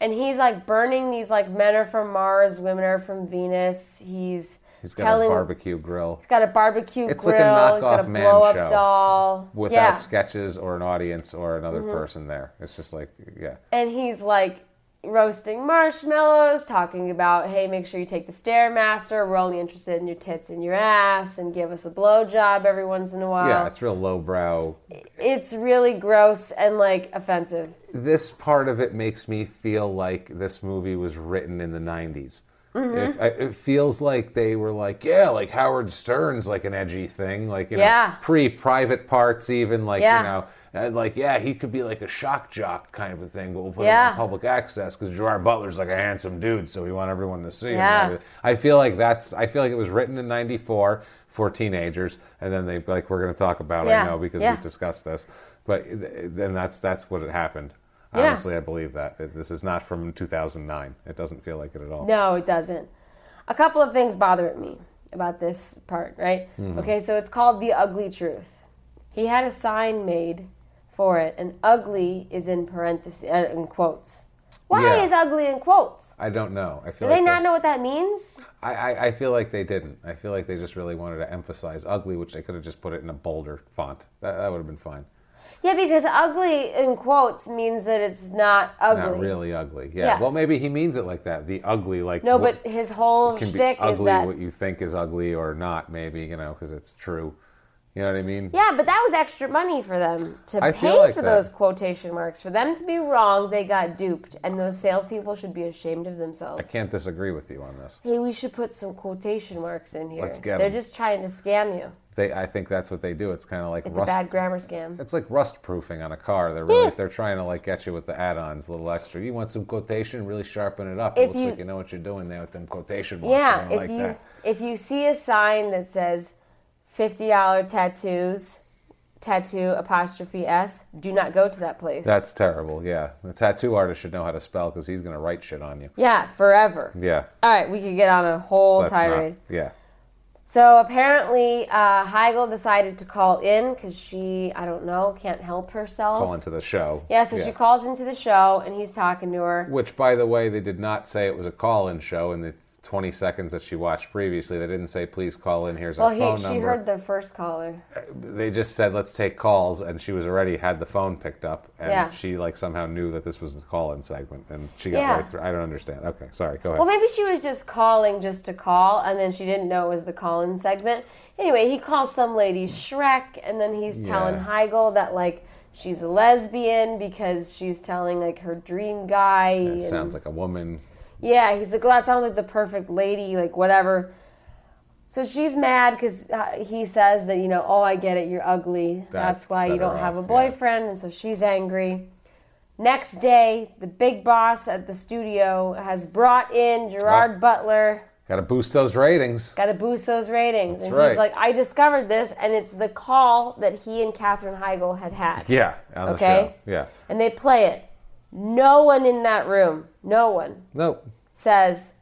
Speaker 1: and he's like burning these like men are from Mars, women are from Venus. He's
Speaker 2: He's got
Speaker 1: telling
Speaker 2: a barbecue grill
Speaker 1: he's got a barbecue
Speaker 2: It's like a
Speaker 1: grill. he's got a
Speaker 2: knockoff man
Speaker 1: blow up
Speaker 2: show
Speaker 1: doll.
Speaker 2: without
Speaker 1: yeah,
Speaker 2: sketches or an audience or another person there. It's just like, yeah.
Speaker 1: and he's like roasting marshmallows, talking about hey, make sure you take the stairmaster. We're only interested in your tits and your ass, and give us a blowjob every once in a while.
Speaker 2: Yeah, it's real lowbrow.
Speaker 1: it's really gross and like offensive.
Speaker 2: This part of it makes me feel like this movie was written in the 90s.
Speaker 1: Mm-hmm.
Speaker 2: If, I, it feels like they were like, yeah, like Howard Stern's like an edgy thing, like, you
Speaker 1: Yeah.
Speaker 2: know, pre private parts, even like,
Speaker 1: Yeah.
Speaker 2: you know. And like, yeah, he could be like a shock jock kind of a thing, but we'll put
Speaker 1: Yeah.
Speaker 2: him on public access because Gerard Butler's like a handsome dude, so we want everyone to see him.
Speaker 1: Yeah.
Speaker 2: and everything. I feel like that's. I feel like it was written in '94 for teenagers, and then they like we're going to talk about. it,
Speaker 1: Yeah,
Speaker 2: I know because
Speaker 1: yeah.
Speaker 2: we've discussed this, but th- then that's that's what it happened.
Speaker 1: Yeah.
Speaker 2: Honestly, I believe that It- this is not from 2009. It doesn't feel like it at all.
Speaker 1: No, it doesn't. A couple of things bother me about this part, right?
Speaker 2: Mm-hmm.
Speaker 1: Okay, so it's called The Ugly Truth. He had a sign made for it, and ugly is in parentheses, uh, in quotes. Why
Speaker 2: Yeah.
Speaker 1: is ugly in quotes?
Speaker 2: I don't know. I feel
Speaker 1: Do
Speaker 2: like
Speaker 1: they not know what that means?
Speaker 2: I, I, I feel like they didn't. I feel like they just really wanted to emphasize ugly, which they could have just put it in a bolder font. That, that would have been fine.
Speaker 1: Yeah, because ugly in quotes means that it's not ugly.
Speaker 2: Not really ugly. Yeah.
Speaker 1: Yeah.
Speaker 2: Well, maybe he means it like that. The ugly, like
Speaker 1: No,
Speaker 2: what-
Speaker 1: but his whole
Speaker 2: can be
Speaker 1: shtick is
Speaker 2: ugly
Speaker 1: that.
Speaker 2: what you think is ugly or not maybe you know because it's true you know what i mean
Speaker 1: Yeah, but that was extra money for them to
Speaker 2: I feel
Speaker 1: pay
Speaker 2: like
Speaker 1: for
Speaker 2: that.
Speaker 1: those quotation marks. For them to be wrong, they got duped, and those salespeople should be ashamed of
Speaker 2: i
Speaker 1: themselves.
Speaker 2: can't disagree with you on this
Speaker 1: Hey, we should put some quotation marks in here.
Speaker 2: Let's get
Speaker 1: They're
Speaker 2: 'em.
Speaker 1: just trying to scam you.
Speaker 2: they i think that's what they do it's kind of like
Speaker 1: It's
Speaker 2: rust
Speaker 1: a bad grammar scam.
Speaker 2: it's like rust proofing on a car they're really
Speaker 1: Yeah.
Speaker 2: they're trying to like get you with the add-ons a little extra you want some quotation really sharpen it up
Speaker 1: If
Speaker 2: it looks
Speaker 1: you-
Speaker 2: like you know what you're doing there with them quotation marks I
Speaker 1: Yeah,
Speaker 2: don't
Speaker 1: if
Speaker 2: like
Speaker 1: you
Speaker 2: that
Speaker 1: if you see a sign that says fifty dollar tattoos, tattoo apostrophe s, do not go to that place.
Speaker 2: that's terrible yeah the tattoo artist should know how to spell because he's going to write shit on you
Speaker 1: yeah, forever.
Speaker 2: yeah
Speaker 1: All right, we could get on a whole
Speaker 2: that's
Speaker 1: tirade.
Speaker 2: not yeah
Speaker 1: So apparently, uh, Heigl decided to call in because she, I don't know, can't help herself.
Speaker 2: call into the show
Speaker 1: yeah, so she calls into the show and he's talking to her.
Speaker 2: Which, by the way, they did not say it was a call-in show in the 20 seconds that she watched previously. They didn't say, "Please call in. Here's
Speaker 1: Well,
Speaker 2: our
Speaker 1: he,
Speaker 2: phone
Speaker 1: she
Speaker 2: number."
Speaker 1: heard the first caller.
Speaker 2: They just said, "Let's take calls," and she was already had the phone picked up, and
Speaker 1: Yeah.
Speaker 2: she like somehow knew that this was the call-in segment, and she got
Speaker 1: Yeah.
Speaker 2: right through. I don't understand. Okay, sorry. Go ahead.
Speaker 1: Well, maybe she was just calling just to call, and then she didn't know it was the call-in segment. Anyway, he calls some lady Shrek, and then he's telling
Speaker 2: Yeah.
Speaker 1: Heigl that like she's a lesbian because she's telling like her dream guy.
Speaker 2: it
Speaker 1: and-
Speaker 2: sounds like a woman.
Speaker 1: Yeah, he's like, well, that sounds like the perfect lady, like whatever. So she's mad because uh, he says that, you know, oh, I get it, you're ugly. That's,
Speaker 2: That
Speaker 1: why
Speaker 2: set
Speaker 1: you
Speaker 2: her
Speaker 1: don't have a
Speaker 2: off, yeah.
Speaker 1: boyfriend. And so she's angry. Next day, the big boss at the studio has brought in Gerard
Speaker 2: Oh.
Speaker 1: Butler.
Speaker 2: Got to boost those ratings.
Speaker 1: Got to boost those ratings. and he's
Speaker 2: right.
Speaker 1: like, I discovered this, and it's the call that he and Katherine Heigl had had.
Speaker 2: Yeah, on
Speaker 1: Okay.
Speaker 2: the show. Yeah.
Speaker 1: And they play it. No one in that room, no one
Speaker 2: Nope.
Speaker 1: says,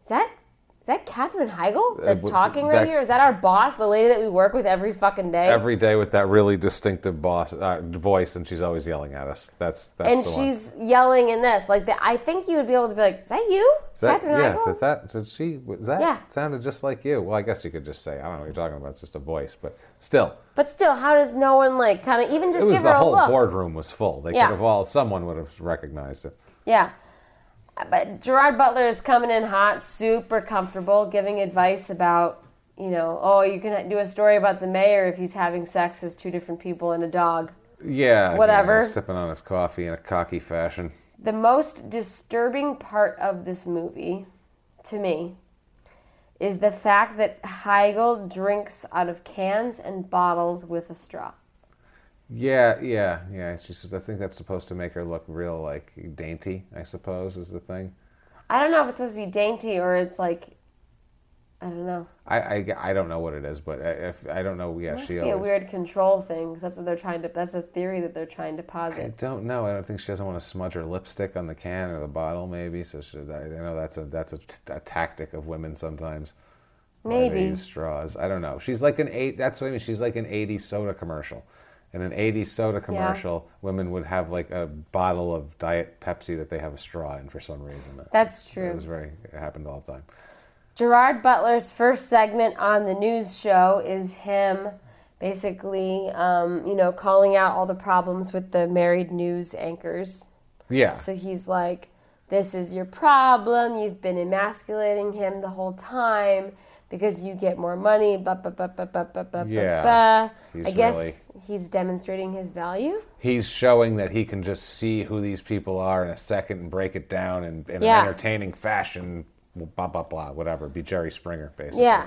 Speaker 1: "Is that is that Katherine Heigl that's
Speaker 2: Uh, w-
Speaker 1: talking right
Speaker 2: that-
Speaker 1: here? Is that our boss, the lady that we work with every fucking day?"
Speaker 2: Every day with that really distinctive boss uh, voice, and she's always yelling at us. That's that's
Speaker 1: and
Speaker 2: the one.
Speaker 1: she's yelling in this. Like, the, I think you would be able to be like, "Is that you,
Speaker 2: Is that-
Speaker 1: Katherine
Speaker 2: yeah,
Speaker 1: Heigl?"
Speaker 2: did that? Did she? Was that?
Speaker 1: Yeah.
Speaker 2: Sounded just like you. Well, I guess you could just say, I don't know what you're talking about. It's just a voice, but still,
Speaker 1: But still, how does no one like kind of even
Speaker 2: it
Speaker 1: just
Speaker 2: was
Speaker 1: give her
Speaker 2: the
Speaker 1: a
Speaker 2: whole
Speaker 1: look?
Speaker 2: boardroom was full. They
Speaker 1: Yeah.
Speaker 2: could have all. Someone would have recognized it.
Speaker 1: Yeah. But Gerard Butler is coming in hot, super comfortable, giving advice about, you know, oh, you can do a story about the mayor if he's having sex with two different people and a dog.
Speaker 2: Yeah. you
Speaker 1: Whatever.
Speaker 2: know, sipping on his coffee in a cocky fashion.
Speaker 1: The most disturbing part of this movie, to me, is the fact that Heigl drinks out of cans and bottles with a straw.
Speaker 2: Yeah, yeah, yeah. She said, I think that's supposed to make her look real, like dainty. I suppose is the thing.
Speaker 1: I don't know if it's supposed to be dainty or it's like, I don't know.
Speaker 2: I, I, I don't know what it is, but I, if, I don't know.
Speaker 1: It
Speaker 2: Yeah,
Speaker 1: must
Speaker 2: she
Speaker 1: be
Speaker 2: always.
Speaker 1: a weird control thing because that's what they're trying to. That's a theory that they're trying to
Speaker 2: I
Speaker 1: posit.
Speaker 2: don't know. I don't think she doesn't want to smudge her lipstick on the can or the bottle, maybe. So she, I know that's a that's a, t- a tactic of women sometimes. Why they
Speaker 1: Maybe.
Speaker 2: use straws. I don't know. She's like an eight. That's what I mean. She's like an '80s soda commercial. in an 80s soda commercial, women would have like a bottle of Diet Pepsi that they have a straw in for some reason.
Speaker 1: That's
Speaker 2: It
Speaker 1: true.
Speaker 2: was very, it happened all the time.
Speaker 1: Gerard Butler's first segment on the news show is him basically, um, you know, calling out all the problems with the married news anchors.
Speaker 2: Yeah.
Speaker 1: So he's like, This is your problem. You've been emasculating him the whole time because you get more money. Ba, ba, ba, ba, ba, ba, ba, ba,
Speaker 2: Yeah.
Speaker 1: ba."
Speaker 2: He's
Speaker 1: I guess
Speaker 2: really-
Speaker 1: he's demonstrating his value.
Speaker 2: he's showing that he can just see who these people are in a second and break it down in, in
Speaker 1: Yeah.
Speaker 2: an entertaining fashion. Blah blah blah. Whatever. Be Jerry Springer, basically.
Speaker 1: Yeah.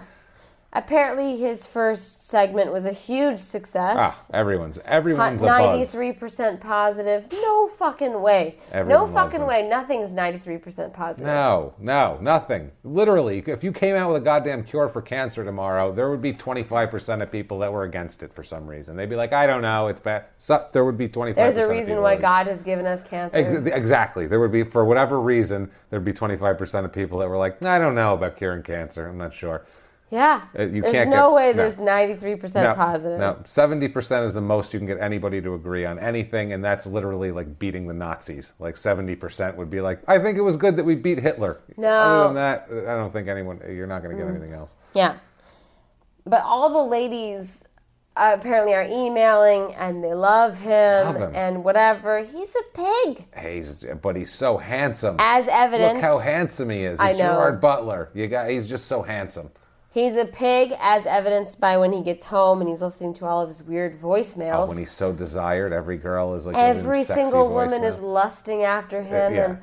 Speaker 1: Apparently, his first segment was a huge success.
Speaker 2: Ah, everyone's everyone's a buzz.
Speaker 1: 93% positive. No fucking way.
Speaker 2: Everyone
Speaker 1: no
Speaker 2: loves
Speaker 1: fucking
Speaker 2: him.
Speaker 1: way. Nothing's 93% positive.
Speaker 2: No, no, nothing. Literally, if you came out with a goddamn cure for cancer tomorrow, there would be 25% of people that were against it for some reason. They'd be like, I don't know, it's bad. So, there would be 25%.
Speaker 1: There's a
Speaker 2: of
Speaker 1: reason
Speaker 2: people
Speaker 1: why
Speaker 2: that-
Speaker 1: God has given us cancer.
Speaker 2: Ex- exactly. There would be, for whatever reason, there'd be 25% of people that were like, I don't know about curing cancer. I'm not sure.
Speaker 1: yeah.
Speaker 2: Uh, you
Speaker 1: there's
Speaker 2: can't
Speaker 1: no
Speaker 2: get-
Speaker 1: way
Speaker 2: no.
Speaker 1: there's 93%
Speaker 2: No,
Speaker 1: positive.
Speaker 2: No, 70% is the most you can get anybody to agree on anything, and that's literally like beating the Nazis. Like 70% would be like, I think it was good that we beat Hitler.
Speaker 1: No. Mm.
Speaker 2: Other than that, I don't think anyone, you're not going to get anything else.
Speaker 1: Yeah. But all the ladies uh, apparently are emailing and they love him,
Speaker 2: Love him.
Speaker 1: and whatever. He's a pig,
Speaker 2: Hey, He's, but he's so handsome.
Speaker 1: as evidenced.
Speaker 2: Look how handsome he is.
Speaker 1: I
Speaker 2: He's
Speaker 1: know.
Speaker 2: Gerard Butler. You got, he's just so handsome.
Speaker 1: he's a pig, as evidenced by when he gets home and he's listening to all of his weird voicemails.
Speaker 2: When he's so desired, every girl is like giving him
Speaker 1: Every
Speaker 2: sexy
Speaker 1: single
Speaker 2: voicemail. Uh,
Speaker 1: woman is lusting after him,
Speaker 2: yeah.
Speaker 1: and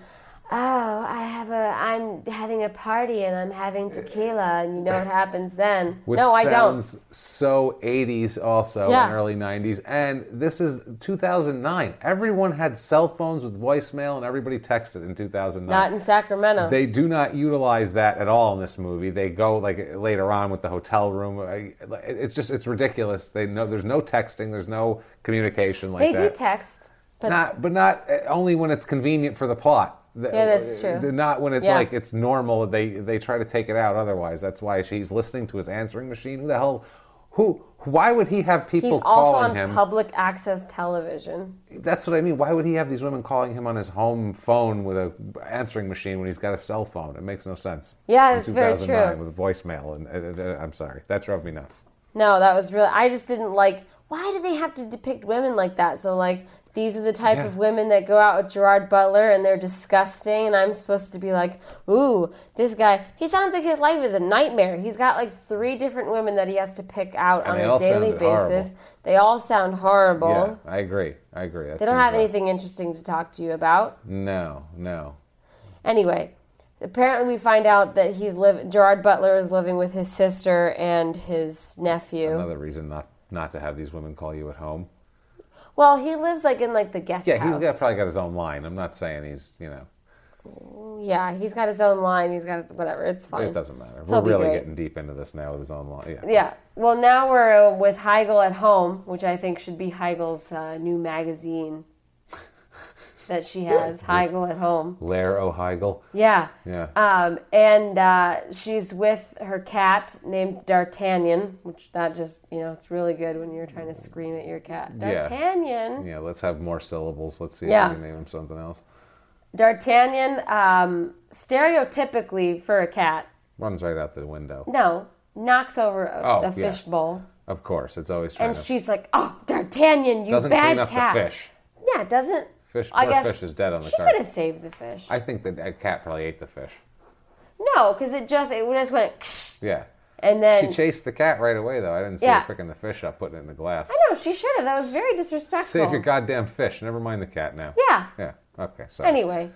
Speaker 1: oh, I have a, I'm having a party and I'm having tequila, and you know what happens then?
Speaker 2: Which
Speaker 1: no, I don't.
Speaker 2: sounds so 80s also
Speaker 1: Yeah.
Speaker 2: and early 90s. And this is 2009. Everyone had cell phones with voicemail and everybody texted in 2009.
Speaker 1: Not in Sacramento.
Speaker 2: they do not utilize that at all in this movie. They go like later on with the hotel room. I- It's just it's ridiculous. They know there's no texting, there's no communication like
Speaker 1: They
Speaker 2: that.
Speaker 1: do text, but
Speaker 2: not, but not uh, only when it's convenient for the plot.
Speaker 1: Yeah, that's true.
Speaker 2: Not when it
Speaker 1: Yeah.
Speaker 2: like it's normal. They they try to take it out. Otherwise, that's why she's listening to his answering machine. Who the hell? Who? Why would he have people
Speaker 1: he's also
Speaker 2: calling
Speaker 1: on
Speaker 2: him?
Speaker 1: public access television.
Speaker 2: that's what I mean. Why would he have these women calling him on his home phone with a answering machine when he's got a cell phone? It makes no sense.
Speaker 1: Yeah,
Speaker 2: In
Speaker 1: that's very
Speaker 2: 2009
Speaker 1: true.
Speaker 2: With voicemail, and uh, uh, uh, I'm sorry, that drove me nuts.
Speaker 1: No, that was really. I just didn't like. Why do they have to depict women like that? So like. These are the type
Speaker 2: Yeah.
Speaker 1: of women that go out with Gerard Butler and they're disgusting, and I'm supposed to be like, ooh, this guy, he sounds like his life is a nightmare. He's got like three different women that he has to pick out
Speaker 2: And
Speaker 1: on
Speaker 2: they
Speaker 1: a
Speaker 2: all
Speaker 1: daily
Speaker 2: sounded
Speaker 1: basis.
Speaker 2: horrible.
Speaker 1: They all sound horrible.
Speaker 2: Yeah, I agree. I agree. That
Speaker 1: They don't
Speaker 2: seems
Speaker 1: have
Speaker 2: right.
Speaker 1: anything interesting to talk to you about.
Speaker 2: No, no.
Speaker 1: Anyway, apparently we find out that he's live. Gerard Butler is living with his sister and his nephew.
Speaker 2: Another reason not not to have these women call you at home.
Speaker 1: Well, he lives like in like the guest
Speaker 2: Yeah,
Speaker 1: house.
Speaker 2: he's got, probably got his own line. I'm not saying he's, you know,
Speaker 1: Yeah, he's got his own line. He's got whatever. It's fine.
Speaker 2: it doesn't matter.
Speaker 1: He'll
Speaker 2: We're
Speaker 1: be
Speaker 2: really
Speaker 1: great.
Speaker 2: getting deep into this now with his own line. Yeah.
Speaker 1: Yeah. Well, now we're uh, with Heigl at home, which I think should be Heigl's uh, new magazine that she has. Heigl at home.
Speaker 2: Lair O'Heigel.
Speaker 1: Yeah.
Speaker 2: Yeah.
Speaker 1: Um, and uh, she's with her cat named D'Artagnan, which that just you know it's really good when you're trying to scream at your cat.
Speaker 2: Yeah.
Speaker 1: D'Artagnan.
Speaker 2: yeah, let's have more syllables. Let's see
Speaker 1: Yeah.
Speaker 2: if we can name him something else.
Speaker 1: D'Artagnan, um, stereotypically for a cat,
Speaker 2: Runs right out the window.
Speaker 1: no, knocks over a,
Speaker 2: Oh,
Speaker 1: a
Speaker 2: yeah.
Speaker 1: fish bowl.
Speaker 2: Of course, it's always trying
Speaker 1: And
Speaker 2: to.
Speaker 1: she's like, "Oh, D'Artagnan, you
Speaker 2: doesn't
Speaker 1: bad
Speaker 2: clean up
Speaker 1: cat."
Speaker 2: the fish.
Speaker 1: Yeah, it doesn't.
Speaker 2: Fish-
Speaker 1: I
Speaker 2: poor
Speaker 1: guess
Speaker 2: fish is dead on the
Speaker 1: She
Speaker 2: cart.
Speaker 1: could have saved the fish.
Speaker 2: I think that that cat probably ate the fish.
Speaker 1: no, because it just it just went, ksh,
Speaker 2: Yeah.
Speaker 1: and then
Speaker 2: She chased the cat right away, though. I didn't see
Speaker 1: Yeah.
Speaker 2: her picking the fish up, putting it in the glass.
Speaker 1: no, she should have. That was very disrespectful.
Speaker 2: Save your goddamn fish. Never mind the cat now.
Speaker 1: Yeah.
Speaker 2: Yeah. Okay. So
Speaker 1: Anyway,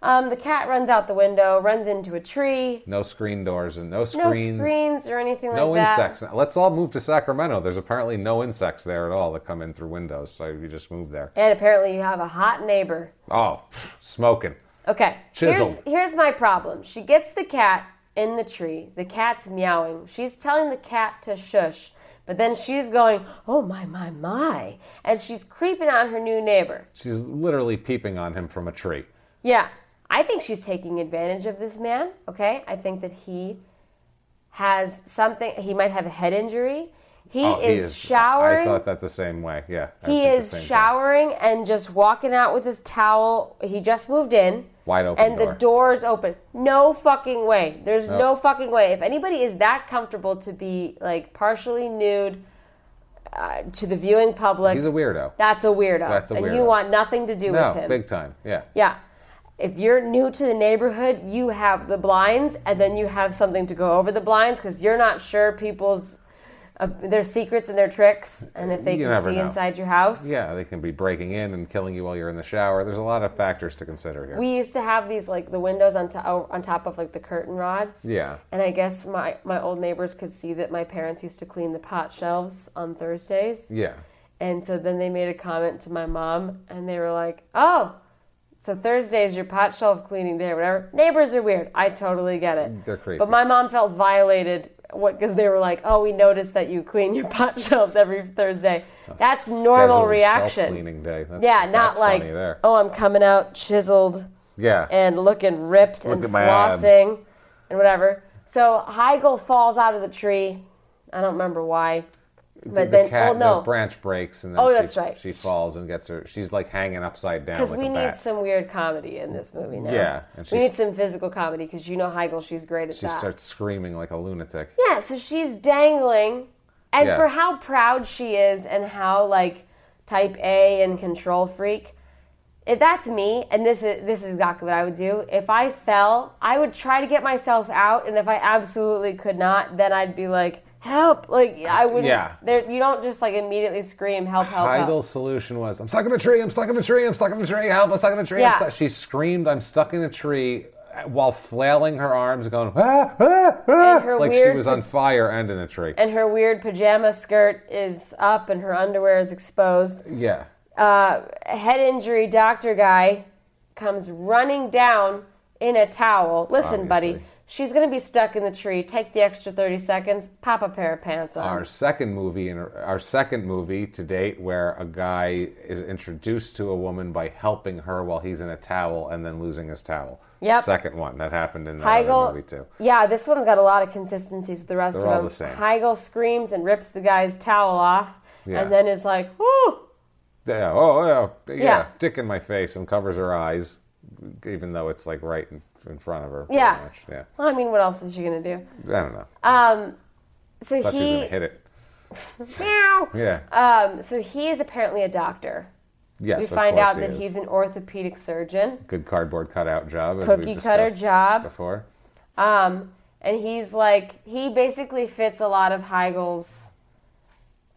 Speaker 1: um, the cat runs out the window, runs into a tree.
Speaker 2: no screen doors and no
Speaker 1: No
Speaker 2: screens.
Speaker 1: screens or anything
Speaker 2: No
Speaker 1: like that.
Speaker 2: insects. Let's all move to Sacramento. There's apparently no insects there at all that come in through windows. So you just move there.
Speaker 1: And apparently, you have a hot neighbor.
Speaker 2: Oh, pff, smoking.
Speaker 1: Okay.
Speaker 2: Chiseled.
Speaker 1: Here's, here's my problem. She gets the cat in the tree. The cat's meowing. She's telling the cat to shush, but then she's going, oh my, my, my. And she's creeping on her new neighbor.
Speaker 2: She's literally peeping on him from a tree.
Speaker 1: Yeah. I think she's taking advantage of this man, okay? I think that he has something, he might have a head injury. He
Speaker 2: Oh,
Speaker 1: is, showering.
Speaker 2: I thought that the same way. Yeah. I
Speaker 1: He
Speaker 2: think the
Speaker 1: is
Speaker 2: same thing.
Speaker 1: showering and just walking out with his towel. He just moved in.
Speaker 2: Wide open
Speaker 1: And
Speaker 2: door.
Speaker 1: the door is open. No fucking way. There's no. fucking way. If anybody is that comfortable to be like partially nude uh, to the viewing public,
Speaker 2: He's a weirdo.
Speaker 1: that's a weirdo.
Speaker 2: That's a
Speaker 1: and you
Speaker 2: weirdo.
Speaker 1: want nothing to do
Speaker 2: No,
Speaker 1: with him.
Speaker 2: big time. Yeah.
Speaker 1: Yeah. If you're new to the neighborhood, you have the blinds, and then you have something to go over the blinds because you're not sure people's uh, their secrets and their tricks, and if they
Speaker 2: You
Speaker 1: can
Speaker 2: never
Speaker 1: see
Speaker 2: know.
Speaker 1: inside your house.
Speaker 2: Yeah, they can be breaking in and killing you while you're in the shower. There's a lot of factors to consider here.
Speaker 1: We used to have these like the windows on, to- on top of like the curtain rods.
Speaker 2: yeah.
Speaker 1: And I guess my, my old neighbors could see that my parents used to clean the pot shelves on Thursdays.
Speaker 2: Yeah.
Speaker 1: And so then they made a comment to my mom, and they were like, "Oh, so Thursday is your pot shelf cleaning day, or whatever." Neighbors are weird. I totally get it.
Speaker 2: They're creepy.
Speaker 1: But my mom felt violated. What? Because they were like, "Oh, we noticed that you clean your pot shelves every Thursday." That's normal
Speaker 2: Scheduled
Speaker 1: reaction.
Speaker 2: Self-cleaning day. That's,
Speaker 1: Yeah, not
Speaker 2: that's
Speaker 1: like,
Speaker 2: funny there.
Speaker 1: "Oh, I'm coming out chiseled
Speaker 2: yeah.
Speaker 1: and looking ripped
Speaker 2: Look
Speaker 1: and
Speaker 2: at my abs.
Speaker 1: flossing and whatever." So Heigl falls out of the tree. I don't remember why, but
Speaker 2: the
Speaker 1: then
Speaker 2: cat,
Speaker 1: well, no.
Speaker 2: the branch breaks, and then
Speaker 1: Oh,
Speaker 2: she,
Speaker 1: that's right.
Speaker 2: she falls and gets her. She's like hanging upside down.
Speaker 1: Because
Speaker 2: like
Speaker 1: we
Speaker 2: a
Speaker 1: need
Speaker 2: bat.
Speaker 1: some weird comedy in this movie now.
Speaker 2: Yeah,
Speaker 1: we
Speaker 2: and she's-
Speaker 1: need some physical comedy because you know Heigl, she's great at
Speaker 2: She
Speaker 1: that.
Speaker 2: starts screaming like a lunatic.
Speaker 1: yeah, so she's dangling, and
Speaker 2: Yeah.
Speaker 1: for how proud she is and how like type A and control freak. If that's me, and this is this is exactly what I would do. If I fell, I would try to get myself out, and if I absolutely could not, then I'd be like, "Help!" Like I wouldn't.
Speaker 2: Yeah.
Speaker 1: There, you don't just like immediately scream, "Help! Help!" help.
Speaker 2: Heigl's solution was, I'm stuck in a tree, I'm stuck in a tree, I'm stuck in a tree, help, I'm stuck in a tree. I'm
Speaker 1: Yeah.
Speaker 2: stuck-" She screamed, I'm stuck in a tree, uh, while flailing her arms, going, ah, ah, ah,
Speaker 1: And her
Speaker 2: like she
Speaker 1: weird
Speaker 2: was
Speaker 1: pa-
Speaker 2: on fire and in a tree.
Speaker 1: and her weird pajama skirt is up and her underwear is exposed.
Speaker 2: yeah.
Speaker 1: A head injury doctor guy comes running down in a towel. Listen, buddy,
Speaker 2: Obviously.
Speaker 1: she's going to be stuck in the tree. Take the extra 30 seconds, pop a pair of pants on.
Speaker 2: Our second movie, in our second movie to date, where a guy is introduced to a woman by helping her while he's in a towel and then losing his towel.
Speaker 1: Yep.
Speaker 2: Second one that happened in the
Speaker 1: Heigl,
Speaker 2: other movie too.
Speaker 1: yeah, this one's got a lot of consistencies. to The rest
Speaker 2: They're
Speaker 1: of
Speaker 2: all
Speaker 1: them,
Speaker 2: the same.
Speaker 1: Heigl screams and rips the guy's towel off,
Speaker 2: Yeah.
Speaker 1: and then is like, "Whoo!"
Speaker 2: Yeah. Oh, yeah, yeah.
Speaker 1: Yeah.
Speaker 2: Dick in my face and covers her eyes, even though it's like right in, in front of her. pretty
Speaker 1: Yeah.
Speaker 2: much. Yeah.
Speaker 1: Well, I mean, what else is she gonna do?
Speaker 2: I don't know.
Speaker 1: So
Speaker 2: thought she was gonna
Speaker 1: he,
Speaker 2: hit it.
Speaker 1: meow.
Speaker 2: Yeah.
Speaker 1: Um, so he is apparently a doctor.
Speaker 2: yes.
Speaker 1: We
Speaker 2: of
Speaker 1: find
Speaker 2: course
Speaker 1: out
Speaker 2: he
Speaker 1: that
Speaker 2: is.
Speaker 1: he's an orthopedic surgeon,
Speaker 2: good cardboard cutout job. as
Speaker 1: Cookie
Speaker 2: we've
Speaker 1: cutter
Speaker 2: discussed
Speaker 1: job.
Speaker 2: before.
Speaker 1: and he's like he basically fits a lot of Heigl's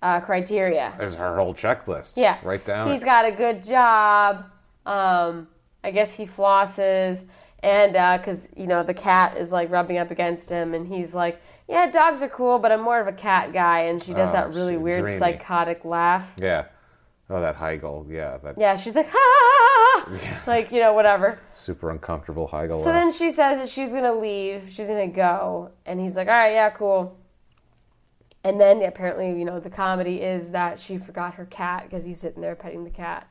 Speaker 1: uh, criteria.
Speaker 2: There's her whole checklist.
Speaker 1: Yeah,
Speaker 2: Right down.
Speaker 1: He's
Speaker 2: it.
Speaker 1: got a good job. Um, I guess he flosses, and because you know the cat is like rubbing up against him, and he's like, "Yeah, dogs are cool, but I'm more of a cat guy." And she does
Speaker 2: Oh,
Speaker 1: that really
Speaker 2: she-
Speaker 1: weird
Speaker 2: dreamy.
Speaker 1: psychotic laugh.
Speaker 2: yeah. Oh, that Heigl. Yeah. That
Speaker 1: Yeah, she's like, "Ha!" Like you know, whatever.
Speaker 2: super uncomfortable Heigl.
Speaker 1: So
Speaker 2: laugh.
Speaker 1: then she says that she's gonna leave, she's gonna go, and he's like, "All right, yeah, cool." And then apparently, you know, the comedy is that she forgot her cat because he's sitting there petting the cat,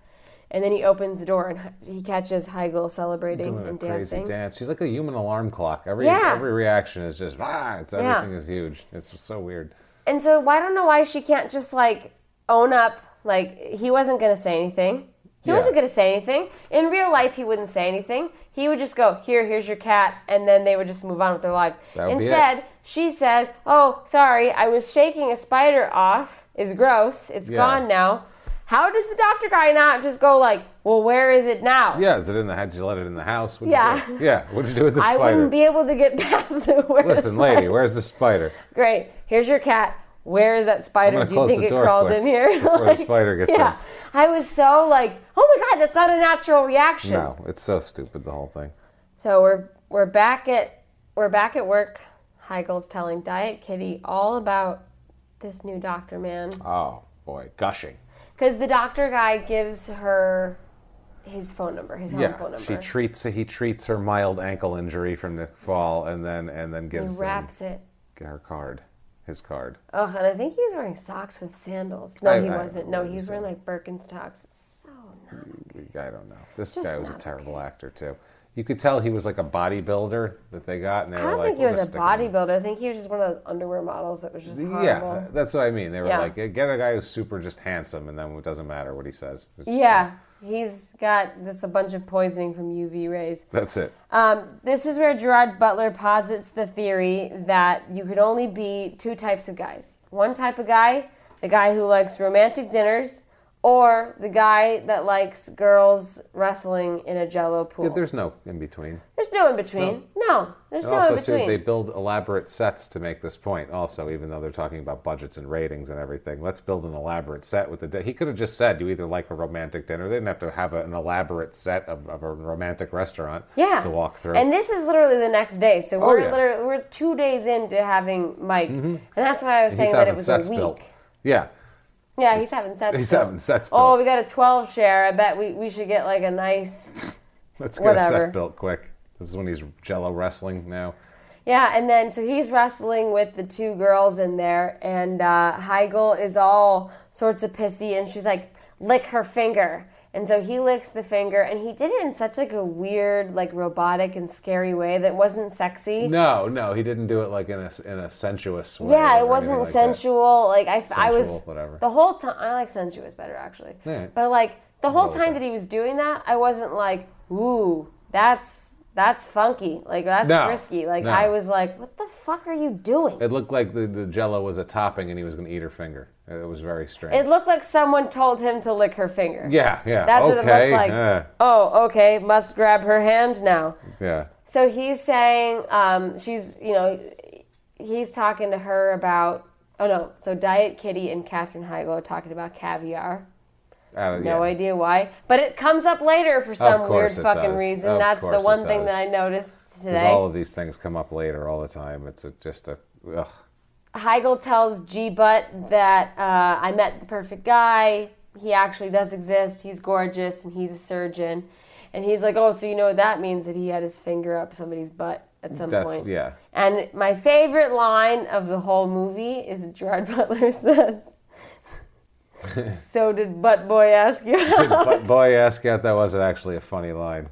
Speaker 1: and then he opens the door and he catches Heigl celebrating
Speaker 2: Doing a
Speaker 1: and
Speaker 2: crazy
Speaker 1: dancing.
Speaker 2: dance. She's like a human alarm clock. Every
Speaker 1: Yeah.
Speaker 2: every reaction is just ah. It's everything is huge. It's so weird.
Speaker 1: And so, why I don't know why she can't just like own up. Like he wasn't gonna say anything. He
Speaker 2: Yeah.
Speaker 1: wasn't gonna say anything. In real life, he wouldn't say anything. He would just go, "Here, here's your cat," and then they would just move on with their lives.
Speaker 2: That would be it.
Speaker 1: Instead, she says, "Oh, sorry, I was shaking a spider off. It's gross. It's
Speaker 2: Yeah.
Speaker 1: gone now." How does the doctor guy not just go like, "Well, where is it now?"
Speaker 2: Yeah, is it in the? Had you let it in the house? What'd
Speaker 1: Yeah.
Speaker 2: You do? Yeah. What'd you do with the
Speaker 1: I
Speaker 2: spider?
Speaker 1: wouldn't be able to get past it. Where the
Speaker 2: Listen, lady, where's the spider?
Speaker 1: Great. Here's your cat. Where is that spider?
Speaker 2: gonna
Speaker 1: Do you
Speaker 2: close
Speaker 1: think
Speaker 2: the
Speaker 1: it
Speaker 2: door
Speaker 1: crawled
Speaker 2: quick
Speaker 1: in here?
Speaker 2: before the spider gets
Speaker 1: yeah.
Speaker 2: in.
Speaker 1: I was so like, oh my god, that's not a natural reaction.
Speaker 2: No, it's so stupid the whole thing.
Speaker 1: So we're we're back at we're back at work. Heigl's telling Diet Kitty all about this new doctor man
Speaker 2: Oh boy, gushing.
Speaker 1: because the doctor guy gives her his phone number, his home phone
Speaker 2: Yeah,
Speaker 1: number.
Speaker 2: she treats he treats her mild ankle injury from the fall, and then and then
Speaker 1: he
Speaker 2: gives him
Speaker 1: wraps it.
Speaker 2: her card, his card.
Speaker 1: Oh, and I think he was wearing socks with sandals. No,
Speaker 2: I-
Speaker 1: he
Speaker 2: I
Speaker 1: wasn't. No, he was wearing like Birkenstocks. It's so
Speaker 2: I don't know. This
Speaker 1: Just
Speaker 2: guy was a
Speaker 1: not
Speaker 2: terrible actor too. You could tell he was like a bodybuilder that they got, and they
Speaker 1: I
Speaker 2: were
Speaker 1: don't
Speaker 2: like,
Speaker 1: think he
Speaker 2: "We'll
Speaker 1: was
Speaker 2: just
Speaker 1: a
Speaker 2: stick him in."
Speaker 1: bodybuilder. I think he was just one of those underwear models that was just horrible.
Speaker 2: Yeah, that's what I mean. They were
Speaker 1: Yeah.
Speaker 2: like, get a guy who's super just handsome, and then it doesn't matter what he says. It's-
Speaker 1: Yeah, he's got just a bunch of poisoning from UV rays.
Speaker 2: That's it.
Speaker 1: Um, this is where Gerard Butler posits the theory that you could only be two types of guys. One type of guy, the guy who likes romantic dinners, or the guy that likes girls wrestling in a jello pool.
Speaker 2: Yeah,
Speaker 1: there's,
Speaker 2: there's no in between.
Speaker 1: no in between. No, there's
Speaker 2: And
Speaker 1: no
Speaker 2: also,
Speaker 1: in
Speaker 2: too,
Speaker 1: between.
Speaker 2: they build elaborate sets to make this point. Also, even though they're talking about budgets and ratings and everything, let's build an elaborate set with the. Di- he could have just said, "You either like a romantic dinner." They didn't have to have a- an elaborate set of, of a romantic restaurant.
Speaker 1: yeah.
Speaker 2: To walk through. Oh,
Speaker 1: And this is literally the next day. So we're,
Speaker 2: yeah. Mm-hmm.
Speaker 1: literally, we're two days into having Mike. And that's why I was saying that it was a week.
Speaker 2: Yeah.
Speaker 1: Yeah, he's having sets.
Speaker 2: he's
Speaker 1: built.
Speaker 2: having sets
Speaker 1: Oh,
Speaker 2: built.
Speaker 1: we got a 12 share. I bet we, we should get like a nice.
Speaker 2: Let's get a
Speaker 1: Whatever.
Speaker 2: set built quick. This is when he's jello wrestling now.
Speaker 1: Yeah, and then so he's wrestling with the two girls in there, and uh, Heigl is all sorts of pissy, and she's like, lick her finger. And so he licks the finger, and he did it in such like a weird, like robotic and scary way that wasn't sexy.
Speaker 2: No, no, he didn't do it like in a in a sensuous way.
Speaker 1: Yeah,
Speaker 2: or
Speaker 1: it wasn't
Speaker 2: anything like that.
Speaker 1: sensual. Like I, f- I
Speaker 2: Sensual,
Speaker 1: was
Speaker 2: whatever.
Speaker 1: the whole time. I like sensuous better actually.
Speaker 2: Alright.
Speaker 1: But like the whole
Speaker 2: with
Speaker 1: time
Speaker 2: that.
Speaker 1: that he was doing that, I wasn't like, ooh, that's that's funky. Like that's
Speaker 2: No,
Speaker 1: risky. Like
Speaker 2: no.
Speaker 1: I was like, what the fuck are you doing?
Speaker 2: It looked like the, the jello was a topping and he was going to eat her finger. It was very strange.
Speaker 1: It looked like someone told him to lick her finger.
Speaker 2: yeah, yeah.
Speaker 1: That's
Speaker 2: okay.
Speaker 1: what it looked like.
Speaker 2: yeah,
Speaker 1: Oh, okay. Must grab her hand now.
Speaker 2: yeah.
Speaker 1: So he's saying, um, she's, you know, he's talking to her about, oh no, so Diet Kitty and Katherine Heigl are talking about caviar.
Speaker 2: I don't-
Speaker 1: No
Speaker 2: yeah.
Speaker 1: idea why, but it comes up later for some weird
Speaker 2: course it
Speaker 1: fucking
Speaker 2: does.
Speaker 1: reason.
Speaker 2: Of
Speaker 1: That's the
Speaker 2: course it
Speaker 1: one thing
Speaker 2: does.
Speaker 1: that I noticed
Speaker 2: 'Cause
Speaker 1: today.
Speaker 2: all of these things come up later all the time. It's a, just a ugh.
Speaker 1: Heigl tells G Butt that uh, I met the perfect guy. He actually does exist. He's gorgeous and he's a surgeon. And he's like, oh, so you know what that means that he had his finger up somebody's butt at some
Speaker 2: That's
Speaker 1: point.
Speaker 2: yeah.
Speaker 1: And my favorite line of the whole movie is Gerard Butler says, so did Butt Boy ask you out?
Speaker 2: But boy, ask out. That wasn't actually a funny line.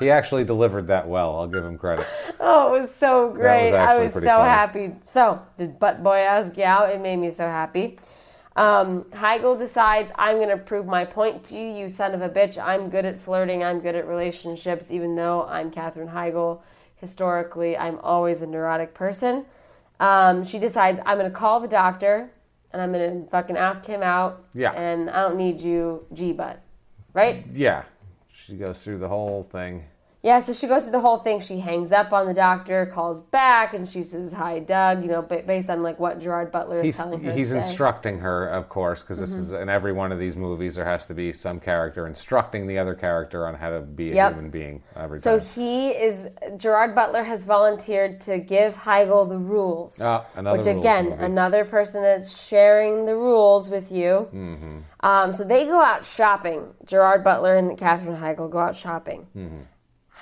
Speaker 2: he actually delivered that well. I'll give him credit.
Speaker 1: Oh, it was so great. I
Speaker 2: actually
Speaker 1: was so
Speaker 2: pretty funny.
Speaker 1: happy. So, did Butt Boy ask you out? It made me so happy. Um, Heigl decides, I'm going to prove my point to you, you son of a bitch. I'm good at flirting. I'm good at relationships, even though I'm Katherine Heigl. Historically, I'm always a neurotic person. Um, she decides, I'm going to call the doctor and I'm going to fucking ask him out.
Speaker 2: Yeah.
Speaker 1: And I don't need you, G Butt. Right?
Speaker 2: Yeah. She goes through the whole thing.
Speaker 1: Yeah, so she goes through the whole thing. She hangs up on the doctor, calls back, and she says, "Hi, Doug." You know, ba- based on like what Gerard Butler is
Speaker 2: He's,
Speaker 1: telling her. to
Speaker 2: he's
Speaker 1: say.
Speaker 2: instructing her, of course, because this
Speaker 1: Mm-hmm.
Speaker 2: is in every one of these movies. There has to be some character instructing the other character on how to be a
Speaker 1: Yep.
Speaker 2: human being every
Speaker 1: So
Speaker 2: time.
Speaker 1: he is Gerard Butler has volunteered to give Heigl the rules,
Speaker 2: Ah, another
Speaker 1: which
Speaker 2: rules
Speaker 1: again,
Speaker 2: movie.
Speaker 1: another person that's sharing the rules with you.
Speaker 2: Mm-hmm.
Speaker 1: Um, so they go out shopping. Gerard Butler and Katherine Heigl go out shopping.
Speaker 2: Mm-hmm.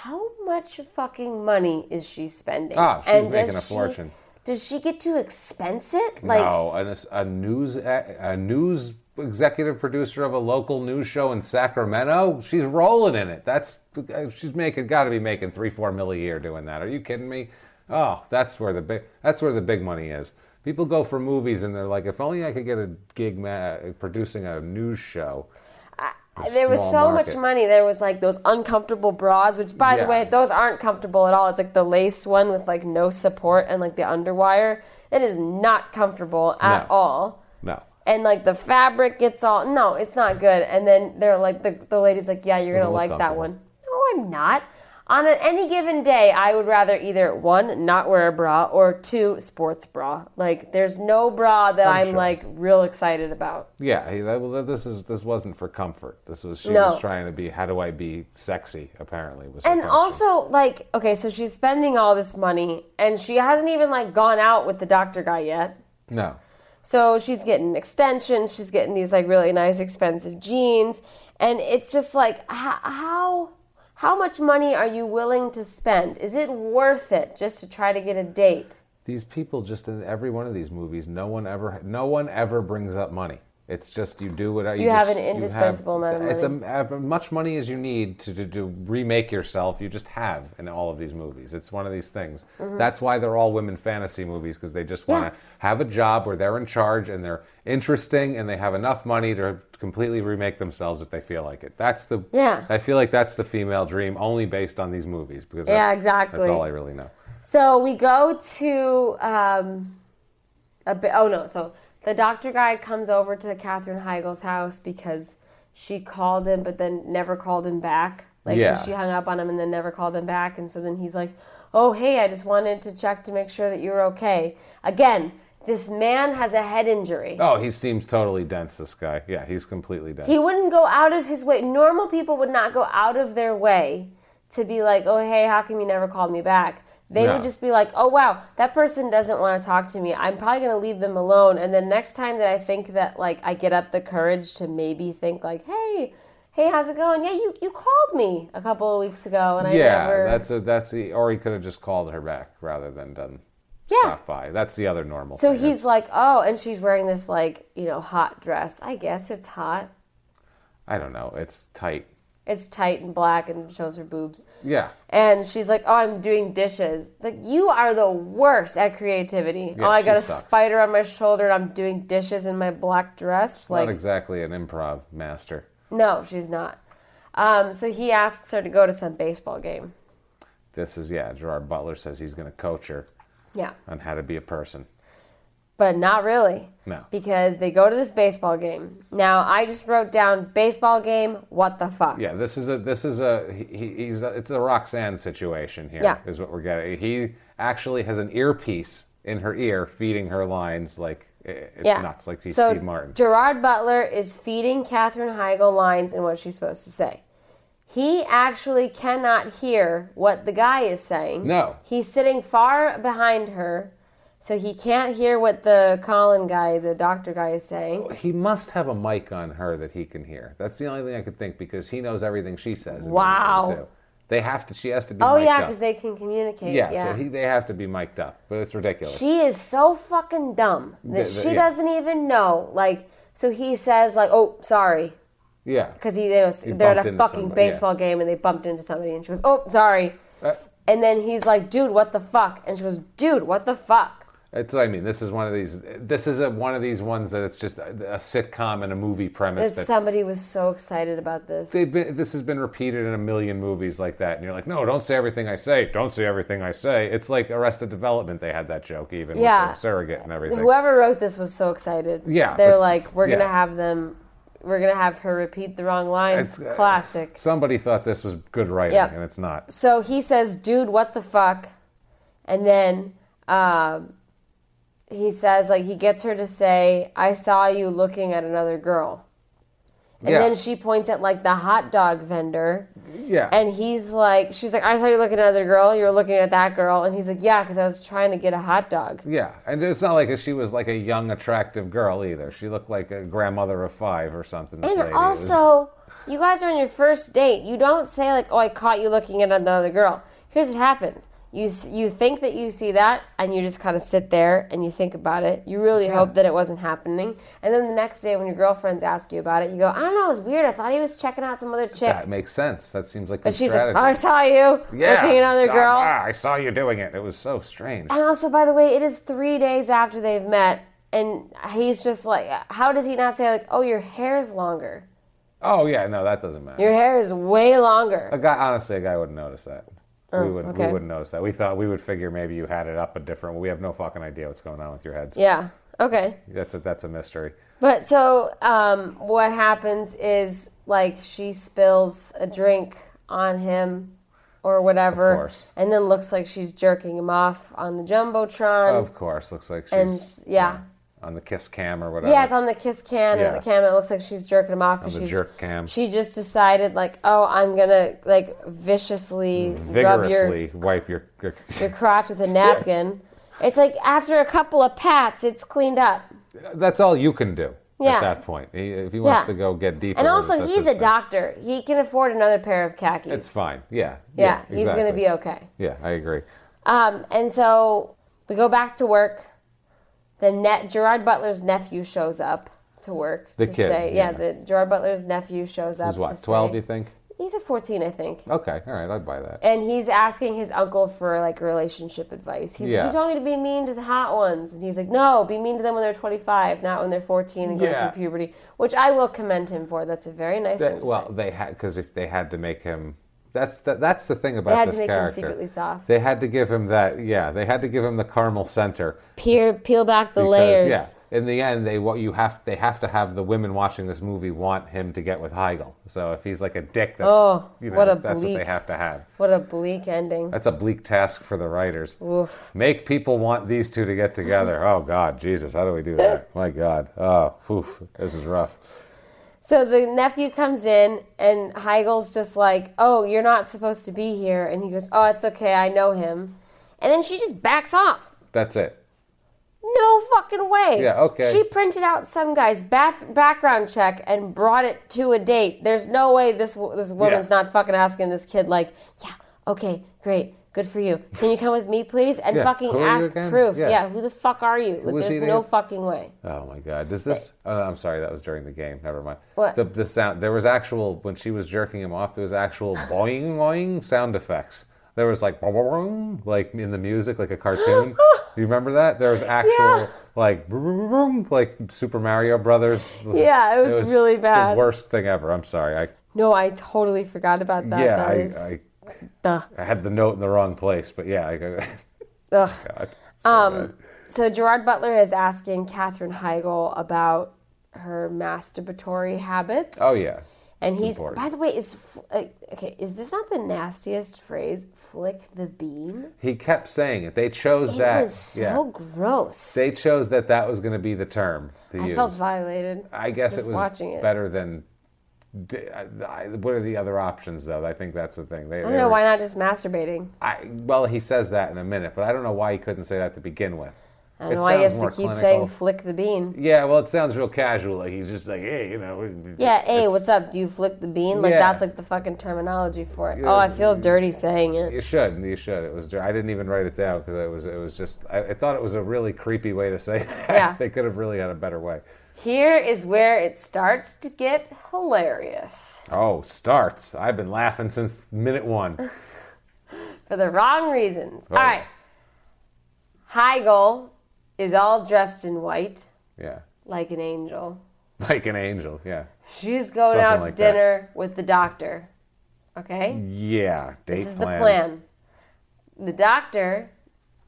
Speaker 1: How much fucking money is she spending?
Speaker 2: Ah, she's
Speaker 1: And does
Speaker 2: making a
Speaker 1: she-
Speaker 2: fortune.
Speaker 1: Does she get to expense it?
Speaker 2: no, and it's a news e, a news executive producer of a local news show in Sacramento. She's rolling in it. That's she's making got to be making three four mil a year doing that. Are you kidding me? Oh, that's where the big that's where the big money is. People go for movies and they're like, if only I could get a gig ma- producing a news show.
Speaker 1: There was
Speaker 2: small
Speaker 1: so much
Speaker 2: market.
Speaker 1: money. There was like those uncomfortable bras, which by the
Speaker 2: Yeah.
Speaker 1: way, those aren't comfortable at all. It's like the lace one with like no support and like the underwire. It is not comfortable at
Speaker 2: No.
Speaker 1: all.
Speaker 2: No.
Speaker 1: And like the fabric gets all no, it's not good. And then they're like the the lady's like, yeah, you're gonna
Speaker 2: Doesn't
Speaker 1: like
Speaker 2: look
Speaker 1: that
Speaker 2: comfortable.
Speaker 1: one. No, I'm not. On a, any given day, I would rather either one, not wear a bra, or two, sports bra. Like there's no bra that I'm
Speaker 2: sure.
Speaker 1: like real excited about.
Speaker 2: Yeah, he, that, well, this is this wasn't for comfort. This was she
Speaker 1: No.
Speaker 2: was trying to be. How do I be sexy? Apparently, was her
Speaker 1: And
Speaker 2: question.
Speaker 1: also, like, okay, so she's spending all this money, and she hasn't even like gone out with the doctor guy yet.
Speaker 2: no.
Speaker 1: So she's getting extensions, she's getting these like really nice expensive jeans, and it's just like h- how how much money are you willing to spend? Is it worth it just to try to get a date?
Speaker 2: These people just in every one of these movies, no one ever no one ever brings up money. It's just you do what you,
Speaker 1: You have
Speaker 2: just-
Speaker 1: an indispensable amount of
Speaker 2: It's a, as much money as you need to, to, to remake yourself. You just have in all of these movies. It's one of these things.
Speaker 1: Mm-hmm.
Speaker 2: That's why they're all women fantasy movies because they just want to have a job where they're in charge and they're interesting and they have enough money to completely remake themselves if they feel like it. That's the
Speaker 1: Yeah.
Speaker 2: I feel like that's the female dream only based on these movies because
Speaker 1: Yeah,
Speaker 2: that's-
Speaker 1: exactly.
Speaker 2: That's all I really know.
Speaker 1: So we go to um, a bit. Oh no! So the doctor guy comes over to Katherine Heigl's house because she called him, but then never called him back. Like
Speaker 2: Yeah.
Speaker 1: so she hung up on him and then never called him back. And so then he's like, "Oh hey, I just wanted to check to make sure that you were okay." Again, this man has a head injury.
Speaker 2: Oh, he seems totally dense. This guy. Yeah, he's completely dense.
Speaker 1: He wouldn't go out of his way. Normal people would not go out of their way to be like, oh, hey, how come you never called me back? They
Speaker 2: No.
Speaker 1: would just be like, oh, wow, that person doesn't want to talk to me. I'm probably going to leave them alone. And then next time that I think that, like, I get up the courage to maybe think, like, hey, hey, how's it going? Yeah, you, you called me a couple of weeks ago and I
Speaker 2: yeah,
Speaker 1: never.
Speaker 2: that's a, that's the, or he could have just called her back rather than done
Speaker 1: Yeah.
Speaker 2: stop by. That's the other normal.
Speaker 1: so
Speaker 2: thing.
Speaker 1: he's like, oh, and she's wearing this, like, you know, hot dress. I guess it's hot.
Speaker 2: I don't know. It's tight.
Speaker 1: It's tight and black and shows her boobs.
Speaker 2: Yeah,
Speaker 1: And she's like, "Oh, I'm doing dishes." It's like you are the worst at creativity.
Speaker 2: Yeah,
Speaker 1: oh, I
Speaker 2: she
Speaker 1: got a
Speaker 2: sucks.
Speaker 1: spider on my shoulder, and I'm doing dishes in my black dress. Like,
Speaker 2: not exactly an improv master.
Speaker 1: no, she's not. Um, so he asks her to go to some baseball game.
Speaker 2: This is yeah. Gerard Butler says he's going to coach her
Speaker 1: Yeah,
Speaker 2: on how to be a person.
Speaker 1: but not really.
Speaker 2: No.
Speaker 1: because they go to this baseball game. Now I just wrote down baseball game. What the fuck?
Speaker 2: Yeah, this is a this is a he, he- he's a, it's a Roxanne situation here. Is
Speaker 1: Yeah.
Speaker 2: what we're getting. He actually has an earpiece in her ear, feeding her lines like i- it's
Speaker 1: yeah.
Speaker 2: nuts. Like he's
Speaker 1: so
Speaker 2: Steve Martin.
Speaker 1: Gerard Butler is feeding Katherine Heigl lines and what she's supposed to say. He actually cannot hear what the guy is saying.
Speaker 2: No.
Speaker 1: He's sitting far behind her, so he can't hear what the Colin guy, the doctor guy, is saying.
Speaker 2: He must have a mic on her that he can hear. That's the only thing I could think because he knows everything she says. in
Speaker 1: Wow.
Speaker 2: Minnesota, too. They have to. She has to be.
Speaker 1: Oh,
Speaker 2: mic'd
Speaker 1: yeah,
Speaker 2: up.
Speaker 1: because they can communicate.
Speaker 2: Yeah, so he, they have to be mic'd up, but it's ridiculous.
Speaker 1: she is so fucking dumb
Speaker 2: The-
Speaker 1: that
Speaker 2: the-
Speaker 1: she
Speaker 2: yeah.
Speaker 1: doesn't even know. Like, so he says, like, oh, sorry,
Speaker 2: yeah,
Speaker 1: because he, they was, they're at
Speaker 2: bumped
Speaker 1: a fucking
Speaker 2: into somebody, yeah. Uh,
Speaker 1: baseball game and they bumped into somebody and she goes, "Oh, sorry," and then he's like, "Dude, what the fuck?" and she goes, "Dude, what the fuck?"
Speaker 2: that's what I mean. This is one of these. This is a, one of these ones that it's just a, a sitcom and a movie premise.
Speaker 1: And
Speaker 2: That
Speaker 1: somebody was so excited about this.
Speaker 2: they've been, this has been repeated in a million movies like that, and you're like, no, don't say everything I say. Don't say everything I say. It's like Arrested Development. They had that joke even
Speaker 1: Yeah.
Speaker 2: with the surrogate and everything.
Speaker 1: Whoever wrote this was so excited.
Speaker 2: Yeah,
Speaker 1: they're
Speaker 2: but-
Speaker 1: like, "We're gonna
Speaker 2: yeah.
Speaker 1: have them. We're gonna have her repeat the wrong lines."
Speaker 2: It's, uh,
Speaker 1: Classic.
Speaker 2: Somebody thought this was good writing,
Speaker 1: Yep.
Speaker 2: and it's not.
Speaker 1: so he says, "Dude, what the fuck?" And then um, he says, like, he gets her to say, "I saw you looking at another girl," and
Speaker 2: Yeah.
Speaker 1: then she points at like the hot dog vendor,
Speaker 2: Yeah.
Speaker 1: and he's like, "She's like, I saw you looking at another girl. You were looking at that girl," and he's like, "Yeah, because I was trying to get a hot dog."
Speaker 2: Yeah, and it's not like she was like a young, attractive girl either. She looked like a grandmother of five or something. This
Speaker 1: And
Speaker 2: lady. It was-
Speaker 1: also, you guys are on your first date. You don't say like, "Oh, I caught you looking at another girl." Here's what happens: you s- you think that you see that, and you just kind of sit there and you think about it. You really hope that it wasn't happening, and then the next day when your girlfriends ask you about it, you go, "I don't know. It was weird. I thought he was checking out some other chick."
Speaker 2: that makes sense. That seems like good
Speaker 1: and she's
Speaker 2: strategy.
Speaker 1: like, "I saw you
Speaker 2: yeah,
Speaker 1: looking at another
Speaker 2: Ah,
Speaker 1: girl."
Speaker 2: ah, I saw you doing it. It was so strange.
Speaker 1: And also, by the way, it is three days after they've met, and he's just like, "How does he not say like, oh, your hair's longer?
Speaker 2: Oh yeah, no, that doesn't matter.
Speaker 1: Your hair is way longer."
Speaker 2: a guy, honestly, a guy wouldn't notice that. we wouldn't.
Speaker 1: Oh, okay.
Speaker 2: We wouldn't notice that. We thought we would figure maybe you had it up a different. We have no fucking idea what's going on with your heads.
Speaker 1: Yeah. Okay.
Speaker 2: That's a, that's a mystery.
Speaker 1: But so um, what happens is like she spills a drink on him or whatever,
Speaker 2: Of course.
Speaker 1: and then looks like she's jerking him off on the jumbotron.
Speaker 2: Of course, looks like
Speaker 1: and
Speaker 2: she's
Speaker 1: yeah.
Speaker 2: on the kiss cam or whatever.
Speaker 1: Yeah, it's on the kiss cam
Speaker 2: Yeah.
Speaker 1: and the cam. It looks like she's jerking him off. 'cause
Speaker 2: the
Speaker 1: she's-
Speaker 2: jerk cam.
Speaker 1: She just decided, like, oh, I'm gonna like viciously rub your
Speaker 2: vigorously wipe your.
Speaker 1: your crotch with a napkin. It's like after a couple of pats, it's cleaned up.
Speaker 2: that's all you can do
Speaker 1: Yeah.
Speaker 2: at that point. He, if he wants
Speaker 1: Yeah.
Speaker 2: to go get deeper,
Speaker 1: And
Speaker 2: with it,
Speaker 1: also,
Speaker 2: that's
Speaker 1: he's
Speaker 2: his
Speaker 1: a
Speaker 2: thing.
Speaker 1: doctor. He can afford another pair of khakis.
Speaker 2: It's fine. Yeah.
Speaker 1: Yeah, he's going to
Speaker 2: exactly.
Speaker 1: be okay.
Speaker 2: Yeah, I agree.
Speaker 1: Um, and so we go back to work. The net Gerard Butler's nephew shows up. to work
Speaker 2: The
Speaker 1: to
Speaker 2: kid,
Speaker 1: say, yeah,
Speaker 2: yeah.
Speaker 1: the Gerard Butler's nephew shows up.
Speaker 2: He's what,
Speaker 1: to
Speaker 2: 12,
Speaker 1: say-
Speaker 2: you Oh. think?
Speaker 1: He's a 14, I think.
Speaker 2: Okay, all right, I'd buy that.
Speaker 1: And he's asking his uncle for like relationship advice. He's
Speaker 2: Yeah.
Speaker 1: like, You told me to be mean to the hot ones. And he's like, No, be mean to them when they're 25, not when they're 14 and going
Speaker 2: Yeah.
Speaker 1: through puberty, which I will commend him for. That's a very nice
Speaker 2: That-
Speaker 1: thing to
Speaker 2: well,
Speaker 1: say.
Speaker 2: they had because if they had to make him, that's the, that's the thing about
Speaker 1: had to
Speaker 2: this
Speaker 1: make him
Speaker 2: character.
Speaker 1: secretly soft.
Speaker 2: They had to give him that. Yeah, they had to give him the caramel center.
Speaker 1: Peel, peel back the
Speaker 2: Because,
Speaker 1: layers.
Speaker 2: yeah, in the end, they what you have they have to have the women watching this movie want him to get with Heigl. So if he's like a dick, that's
Speaker 1: Oh,
Speaker 2: you know,
Speaker 1: what a
Speaker 2: that's what they
Speaker 1: bleak-
Speaker 2: have to have.
Speaker 1: What a bleak ending.
Speaker 2: That's a bleak task for the writers. Make people want these two to get together. Oh God, Jesus, how do we do that? My God, oh, oof, this is rough.
Speaker 1: So the nephew comes in, and Heigl's just like, "Oh, you're not supposed to be here," and he goes, "Oh, it's okay, I know him," and then she just backs off.
Speaker 2: That's it.
Speaker 1: No fucking way.
Speaker 2: Yeah, okay.
Speaker 1: She printed out some guy's bath- background check and brought it to a date. There's no way this wo- this woman's not fucking asking this kid like, "Yeah, okay, great." Good for you. Can you come with me, please? And
Speaker 2: Yeah,
Speaker 1: fucking
Speaker 2: who are you
Speaker 1: ask
Speaker 2: again?
Speaker 1: proof.
Speaker 2: Yeah.
Speaker 1: Yeah. who the fuck are you? Like,
Speaker 2: was he
Speaker 1: there's
Speaker 2: again?
Speaker 1: no fucking way.
Speaker 2: Oh my God! Does this? Oh, I'm sorry. That was during the game. Never mind.
Speaker 1: What?
Speaker 2: The, the sound. There was actual when she was jerking him off. There was actual boing boing sound effects. There was like boing, boing, like in the music, like a cartoon. you remember that? There was actual
Speaker 1: Yeah.
Speaker 2: like boing, boing, boing, like Super Mario Brothers.
Speaker 1: Yeah, it was really
Speaker 2: The
Speaker 1: bad.
Speaker 2: worst thing ever. I'm sorry. I
Speaker 1: No, I totally forgot about that.
Speaker 2: yeah.
Speaker 1: That
Speaker 2: I,
Speaker 1: was-
Speaker 2: I,
Speaker 1: Ugh.
Speaker 2: I had the note in the wrong place, but yeah. I,
Speaker 1: Ugh.
Speaker 2: God,
Speaker 1: Um, so Gerard Butler is asking Katherine Heigl about her masturbatory habits.
Speaker 2: oh yeah.
Speaker 1: and he's
Speaker 2: important.
Speaker 1: by the way is f- uh, okay. Is this not the nastiest phrase? Flick the bean.
Speaker 2: He kept saying it. They chose
Speaker 1: It
Speaker 2: that.
Speaker 1: was so
Speaker 2: yeah.
Speaker 1: gross.
Speaker 2: They chose that that was going to be the term to
Speaker 1: I
Speaker 2: use.
Speaker 1: felt violated.
Speaker 2: I guess
Speaker 1: just
Speaker 2: it was
Speaker 1: watching it.
Speaker 2: better than. d- I- I- What are the other options, though? I think that's the thing. They,
Speaker 1: I don't know why not just masturbating.
Speaker 2: well, he says that in a minute, but I don't know why he couldn't say that to begin with.
Speaker 1: I don't know why he has to keep saying "flick the bean."
Speaker 2: Yeah, well, it sounds real casual. Like he's just like, hey, you know. we- we-
Speaker 1: Yeah, hey,
Speaker 2: it's-
Speaker 1: what's up? Do you flick the bean? Like
Speaker 2: Yeah.
Speaker 1: that's like the fucking terminology for it. Oh, I feel dirty saying it.
Speaker 2: You should. You should. It was. I didn't even write it down because it was. It was just. I, I thought it was a really creepy way to say. That.
Speaker 1: Yeah.
Speaker 2: they could have really had a better way.
Speaker 1: Here is where it starts to get hilarious
Speaker 2: Oh, starts. I've been laughing since minute one.
Speaker 1: for the wrong reasons.
Speaker 2: Oh.
Speaker 1: All right. Heigl is all dressed in white
Speaker 2: Yeah,
Speaker 1: like an angel.
Speaker 2: like an angel. Yeah.
Speaker 1: She's going
Speaker 2: Something
Speaker 1: out
Speaker 2: like
Speaker 1: to
Speaker 2: that.
Speaker 1: dinner with the doctor. Okay?
Speaker 2: Yeah, date
Speaker 1: This is the plan. The doctor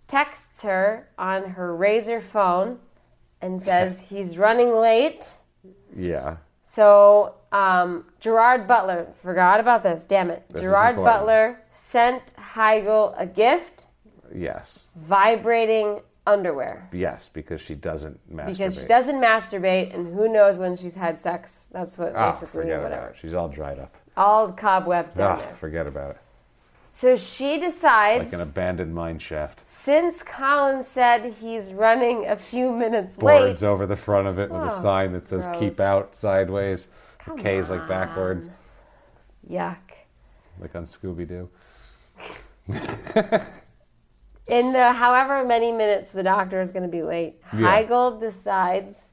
Speaker 1: texts her on her razor phone and says he's running late.
Speaker 2: Yeah,
Speaker 1: So um, Gerard Butler forgot about this. Damn it!
Speaker 2: is
Speaker 1: Gerard
Speaker 2: important.
Speaker 1: Butler sent Heigl a gift:
Speaker 2: yes,
Speaker 1: vibrating underwear
Speaker 2: yes, because she doesn't masturbate.
Speaker 1: because she doesn't masturbate, and who knows when she's had sex. That's what
Speaker 2: Ah,
Speaker 1: basically
Speaker 2: forget
Speaker 1: whatever.
Speaker 2: about it. She's all dried up.
Speaker 1: All cobwebbed down
Speaker 2: Ah,
Speaker 1: there.
Speaker 2: forget about it.
Speaker 1: So she
Speaker 2: Like
Speaker 1: decides,
Speaker 2: an abandoned mine shaft.
Speaker 1: since Colin said he's running a few minutes late,
Speaker 2: Boards over the front of it with a
Speaker 1: Oh,
Speaker 2: sign that says "Keep
Speaker 1: gross.
Speaker 2: out" sideways. The K's like backwards,
Speaker 1: yuck.
Speaker 2: like on Scooby Doo.
Speaker 1: In the however many minutes the doctor is going to be late,
Speaker 2: Yeah.
Speaker 1: Heigl decides,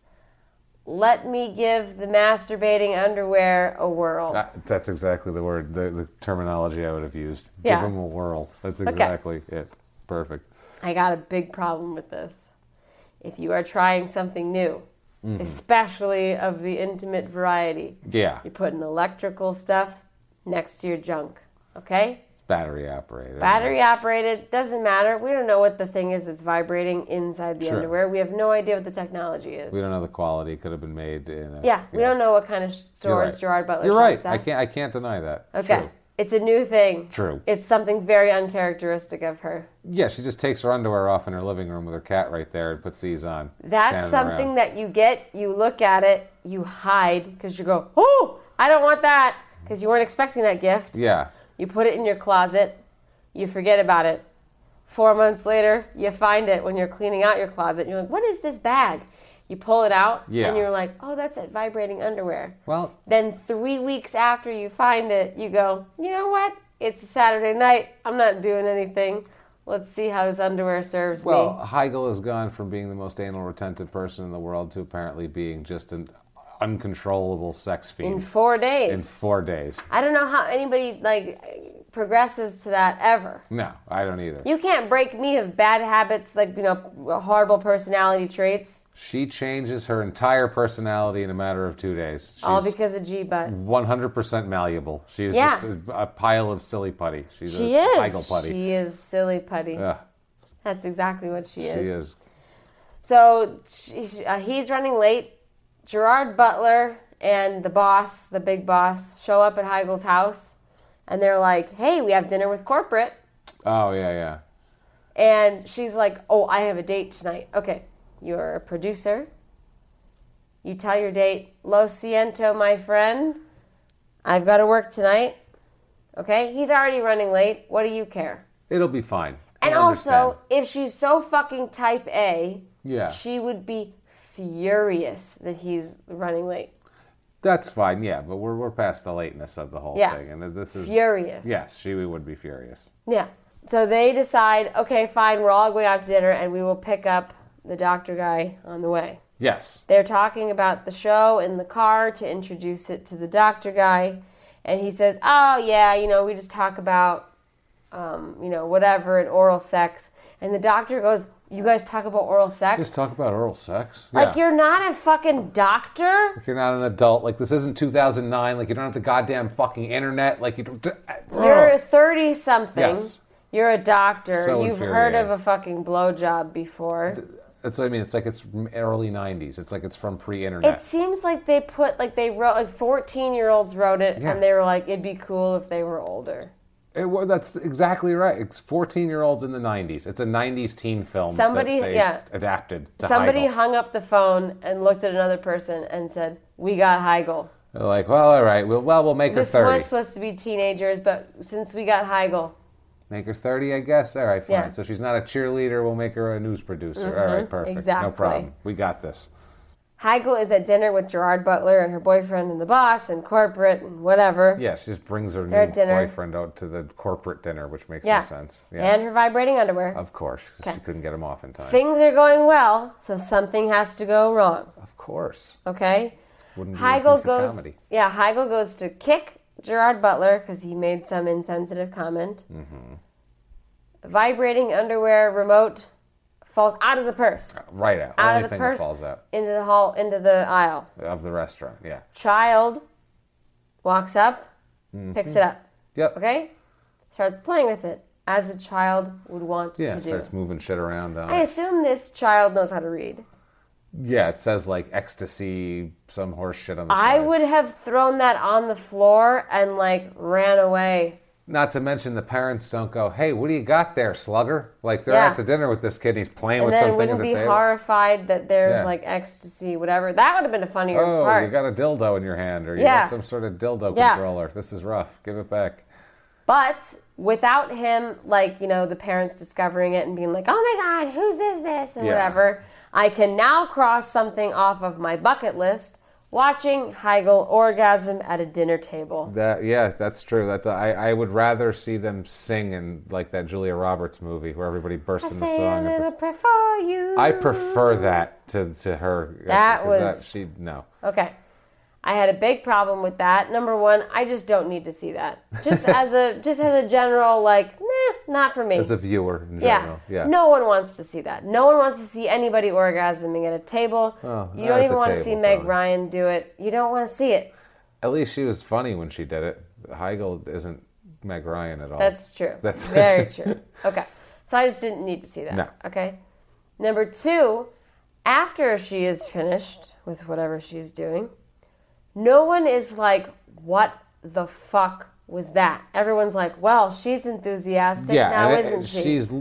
Speaker 1: let me give the masturbating underwear a whirl.
Speaker 2: Uh, That's exactly the word, the, the terminology I would have used.
Speaker 1: Yeah.
Speaker 2: Give him a whirl. That's exactly it. Perfect.
Speaker 1: I got a big problem with this. If you are trying something new,
Speaker 2: Mm-hmm.
Speaker 1: especially of the intimate variety,
Speaker 2: Yeah,
Speaker 1: you're putting electrical stuff next to your junk, okay?
Speaker 2: it's battery operated.
Speaker 1: Battery operated, doesn't matter. We don't know what the thing is that's vibrating inside the
Speaker 2: Sure.
Speaker 1: underwear. We have no idea what the technology is.
Speaker 2: We don't know the quality. Could have been made in. A,
Speaker 1: Yeah, we don't know what kind of
Speaker 2: You're
Speaker 1: stores
Speaker 2: right.
Speaker 1: Gerard Butler
Speaker 2: You're
Speaker 1: shops
Speaker 2: right. I
Speaker 1: at.
Speaker 2: can't. I can't deny that.
Speaker 1: Okay.
Speaker 2: True.
Speaker 1: It's a new thing.
Speaker 2: True.
Speaker 1: It's something very uncharacteristic of her.
Speaker 2: Yeah, she just takes her underwear off in her living room with her cat right there and puts these on.
Speaker 1: That's
Speaker 2: standing
Speaker 1: something
Speaker 2: around.
Speaker 1: that you get, you look at it, you hide because you go, oh, I don't want that because you weren't expecting that gift.
Speaker 2: Yeah.
Speaker 1: You put it in your closet, you forget about it. Four months later, you find it when you're cleaning out your closet. And you're like, what is this bag? You pull it out
Speaker 2: Yeah.
Speaker 1: and you're like, oh, that's it, vibrating underwear.
Speaker 2: Well,
Speaker 1: Then three weeks after you find it, you go, you know what? It's a Saturday night. I'm not doing anything. Let's see how this underwear serves me.
Speaker 2: well, Heigl has gone from being the most anal retentive person in the world to apparently being just an uncontrollable sex fiend
Speaker 1: in four days.
Speaker 2: in four days.
Speaker 1: I don't know how anybody like progresses to that ever.
Speaker 2: No, I don't either.
Speaker 1: You can't break me of bad habits, like you know, horrible personality traits,
Speaker 2: She changes her entire personality in a matter of two days. She's
Speaker 1: all because of G butt.
Speaker 2: 100% malleable. She is
Speaker 1: Yeah.
Speaker 2: just a, a pile of silly putty. She's
Speaker 1: She
Speaker 2: a
Speaker 1: is.
Speaker 2: Michael putty.
Speaker 1: She is silly putty.
Speaker 2: Ugh,
Speaker 1: That's exactly what she
Speaker 2: she
Speaker 1: is.
Speaker 2: is.
Speaker 1: So she, uh, he's running late. Gerard Butler and the boss, the big boss, show up at Heigl's house, and they're like, "Hey, we have dinner with corporate."
Speaker 2: Oh, yeah, yeah.
Speaker 1: And she's like, Oh, I have a date tonight. Okay, you're a producer. You tell your date, Lo Siento, my friend. I've got to work tonight. Okay, he's already running late. What do you care?
Speaker 2: It'll be fine.
Speaker 1: And
Speaker 2: I understand.
Speaker 1: also, if she's so fucking type A,
Speaker 2: Yeah.
Speaker 1: she would be furious that he's running late.
Speaker 2: That's fine, yeah, but we're, we're past the lateness of the whole
Speaker 1: Yeah.
Speaker 2: thing. And this is.
Speaker 1: Furious.
Speaker 2: Yes, she would be furious.
Speaker 1: Yeah. So they decide, okay, fine, we're all going out to dinner and we will pick up the doctor guy on the way.
Speaker 2: Yes.
Speaker 1: They're talking about the show in the car to introduce it to the doctor guy. And he says, Oh, yeah, you know, we just talk about, um, you know, whatever and oral sex. And the doctor goes, You guys talk about oral sex?
Speaker 2: Just talk about oral sex.
Speaker 1: like,
Speaker 2: Yeah.
Speaker 1: you're not a fucking doctor.
Speaker 2: You're not an adult. Like, this isn't 2009. Like, you don't have the goddamn fucking internet. Like, you don't.
Speaker 1: You're 30 something.
Speaker 2: Oh. Yes.
Speaker 1: You're a doctor.
Speaker 2: So
Speaker 1: You've heard of
Speaker 2: infuriating.
Speaker 1: a fucking blowjob before.
Speaker 2: That's what I mean. It's like it's from early 90s. It's like it's from pre
Speaker 1: It
Speaker 2: internet.
Speaker 1: seems like they put, like, they wrote, like, 14 year olds wrote it
Speaker 2: Yeah.
Speaker 1: and they were like, It'd be cool if they were older.
Speaker 2: It, wa- that's exactly right. It's 14 year olds in the 90s. It's a 90s teen film. that
Speaker 1: Somebody-
Speaker 2: they
Speaker 1: yeah.
Speaker 2: Adapted. To
Speaker 1: Somebody
Speaker 2: Heigl.
Speaker 1: hung up the phone and looked at another person and said, "We got Heigl."
Speaker 2: They're like, well, all right. We'll, well, we'll make her
Speaker 1: This
Speaker 2: 30.
Speaker 1: was supposed to be teenagers, but since we got Heigl,
Speaker 2: Make her 30, I guess. All right, fine.
Speaker 1: Yeah. Mm-hmm.
Speaker 2: So she's not a cheerleader. We'll make her a news producer. All right, perfect.
Speaker 1: exactly.
Speaker 2: No problem. We got this.
Speaker 1: Heigl is at dinner with Gerard Butler and her boyfriend and the boss and corporate and whatever.
Speaker 2: Yeah, she just brings her
Speaker 1: They're
Speaker 2: new
Speaker 1: at dinner.
Speaker 2: boyfriend out to the corporate dinner, which makes
Speaker 1: Yeah.
Speaker 2: no sense. Yeah.
Speaker 1: And her vibrating underwear.
Speaker 2: of course, 'cause she couldn't get him off in time.
Speaker 1: Things are going well, so something has to go wrong.
Speaker 2: of course.
Speaker 1: Okay.
Speaker 2: Wouldn't be
Speaker 1: Heigl
Speaker 2: looking for
Speaker 1: goes.
Speaker 2: comedy.
Speaker 1: Yeah, Heigl goes to kick Gerard Butler because he made some insensitive comment.
Speaker 2: Mm-hmm.
Speaker 1: Vibrating underwear remote falls out of the purse
Speaker 2: Right out.
Speaker 1: Out of
Speaker 2: Only
Speaker 1: the
Speaker 2: thing
Speaker 1: purse.
Speaker 2: that falls out
Speaker 1: into the hall, into the aisle.
Speaker 2: of the restaurant. Yeah.
Speaker 1: Child walks up, picks
Speaker 2: Mm-hmm.
Speaker 1: it up.
Speaker 2: Yep.
Speaker 1: Okay, starts playing with it as a child would want
Speaker 2: Yeah,
Speaker 1: to do.
Speaker 2: starts moving shit around. On
Speaker 1: I
Speaker 2: it.
Speaker 1: assume this child knows how to read.
Speaker 2: Yeah, it says like ecstasy, some horse shit on the
Speaker 1: I
Speaker 2: side.
Speaker 1: would have thrown that on the floor and like ran away.
Speaker 2: Not to mention the parents don't go, hey, what do you got there, slugger? Like they're
Speaker 1: Yeah.
Speaker 2: out to dinner with this kid and he's playing
Speaker 1: And
Speaker 2: with
Speaker 1: then
Speaker 2: something at
Speaker 1: wouldn't
Speaker 2: the
Speaker 1: be
Speaker 2: table.
Speaker 1: horrified that there's
Speaker 2: Yeah.
Speaker 1: like ecstasy, whatever. That would have been a funnier
Speaker 2: Oh,
Speaker 1: part.
Speaker 2: you got a dildo in your hand, or you
Speaker 1: Yeah.
Speaker 2: got some sort of dildo
Speaker 1: Yeah.
Speaker 2: controller. This is rough. Give it back.
Speaker 1: But without him, like, you know, the parents discovering it and being like, oh my God, whose is this? And
Speaker 2: Yeah.
Speaker 1: whatever, I can now cross something off of my bucket list watching Heigl orgasm at a dinner table.
Speaker 2: That yeah, that's true. That I, I would rather see them sing in like that Julia Roberts movie where everybody bursts in the
Speaker 1: Say a
Speaker 2: song. at
Speaker 1: little
Speaker 2: the-
Speaker 1: prayer for you.
Speaker 2: I prefer that to to her.
Speaker 1: That
Speaker 2: 'cause
Speaker 1: was-
Speaker 2: she no.
Speaker 1: Okay. I had a big problem with that. Number one, I just don't need to see that. Just as a just as a general, like, nah, not for me.
Speaker 2: As a viewer in
Speaker 1: Yeah.
Speaker 2: general, yeah.
Speaker 1: No one wants to see that. No one wants to see anybody orgasming at a table. you
Speaker 2: Oh, not
Speaker 1: don't
Speaker 2: at
Speaker 1: even
Speaker 2: the
Speaker 1: want to
Speaker 2: table,
Speaker 1: see Meg
Speaker 2: probably.
Speaker 1: Ryan do it. You don't want to see it.
Speaker 2: At least she was funny when she did it. Heigl isn't Meg Ryan at all.
Speaker 1: That's true.
Speaker 2: That's-
Speaker 1: very true. Okay. So I just didn't need to see that.
Speaker 2: No.
Speaker 1: Okay. Number two, after she is finished with whatever she's doing, no one is like, what the fuck was that? Everyone's like, well, she's enthusiastic
Speaker 2: yeah.
Speaker 1: now,
Speaker 2: and it-
Speaker 1: isn't she?
Speaker 2: She's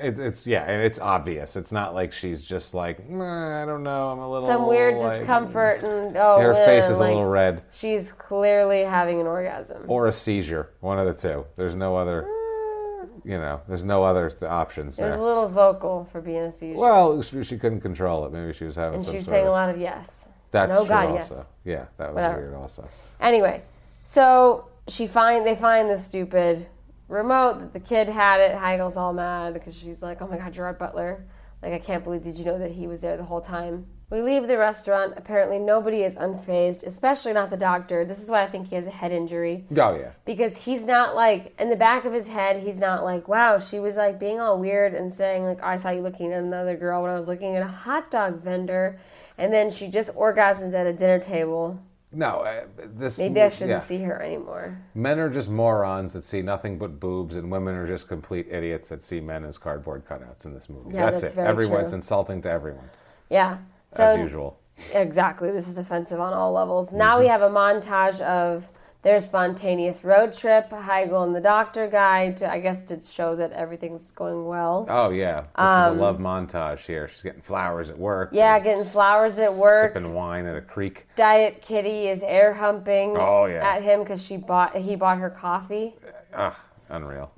Speaker 2: it, it's yeah, and it's obvious. It's not like she's just like "Nah, I don't know. I'm a little
Speaker 1: Some weird
Speaker 2: Oh, like-"
Speaker 1: discomfort and oh,
Speaker 2: Her
Speaker 1: eh,
Speaker 2: face is
Speaker 1: like-
Speaker 2: a little red. Oh,
Speaker 1: She's clearly having an orgasm.
Speaker 2: or a seizure. One of the two. There's no other.
Speaker 1: Mm.
Speaker 2: You know, there's no other th- options
Speaker 1: It was a
Speaker 2: there.
Speaker 1: little vocal for being a seizure.
Speaker 2: Well, she, she couldn't control it. Maybe she was having
Speaker 1: and
Speaker 2: some
Speaker 1: she was
Speaker 2: sort
Speaker 1: saying
Speaker 2: of.
Speaker 1: a lot of yes.
Speaker 2: That's
Speaker 1: no,
Speaker 2: true.
Speaker 1: God,
Speaker 2: also,
Speaker 1: yes.
Speaker 2: yeah, that was
Speaker 1: Whatever.
Speaker 2: weird. Also,
Speaker 1: Anyway, so she find they find this stupid remote that the kid had it. Heigl's all mad because she's like, "Oh my God, Gerard Butler! Like, I can't believe. Did you know that he was there the whole time? We leave the restaurant. Apparently, nobody is unfazed, especially not the doctor. This is why I think he has a head injury.
Speaker 2: Oh yeah.
Speaker 1: Because he's not like, in the back of his head, he's not like, wow, she was like being all weird and saying, like, I saw you looking at another girl when I was looking at a hot dog vendor. And then she just orgasms at a dinner table.
Speaker 2: No, uh, this.
Speaker 1: Maybe I shouldn't
Speaker 2: yeah.
Speaker 1: see her anymore.
Speaker 2: Men are just morons that see nothing but boobs, and women are just complete idiots that see men as cardboard cutouts in this movie.
Speaker 1: Yeah,
Speaker 2: that's,
Speaker 1: that's
Speaker 2: it.
Speaker 1: very
Speaker 2: Everyone's
Speaker 1: true.
Speaker 2: insulting to everyone,
Speaker 1: Yeah. So
Speaker 2: as usual. Mm-hmm.
Speaker 1: Exactly. This is offensive on all levels. Now we have a montage of their spontaneous road trip, Heigl and the doctor guy, to, I guess to show that everything's going well.
Speaker 2: Oh yeah, this is a love montage here. She's getting flowers at work.
Speaker 1: Um, yeah,
Speaker 2: and
Speaker 1: getting flowers at work.
Speaker 2: Sipping wine at a creek.
Speaker 1: Diet Kitty is air humping
Speaker 2: Oh, yeah.
Speaker 1: at him because she bought he bought her coffee.
Speaker 2: Ah, unreal.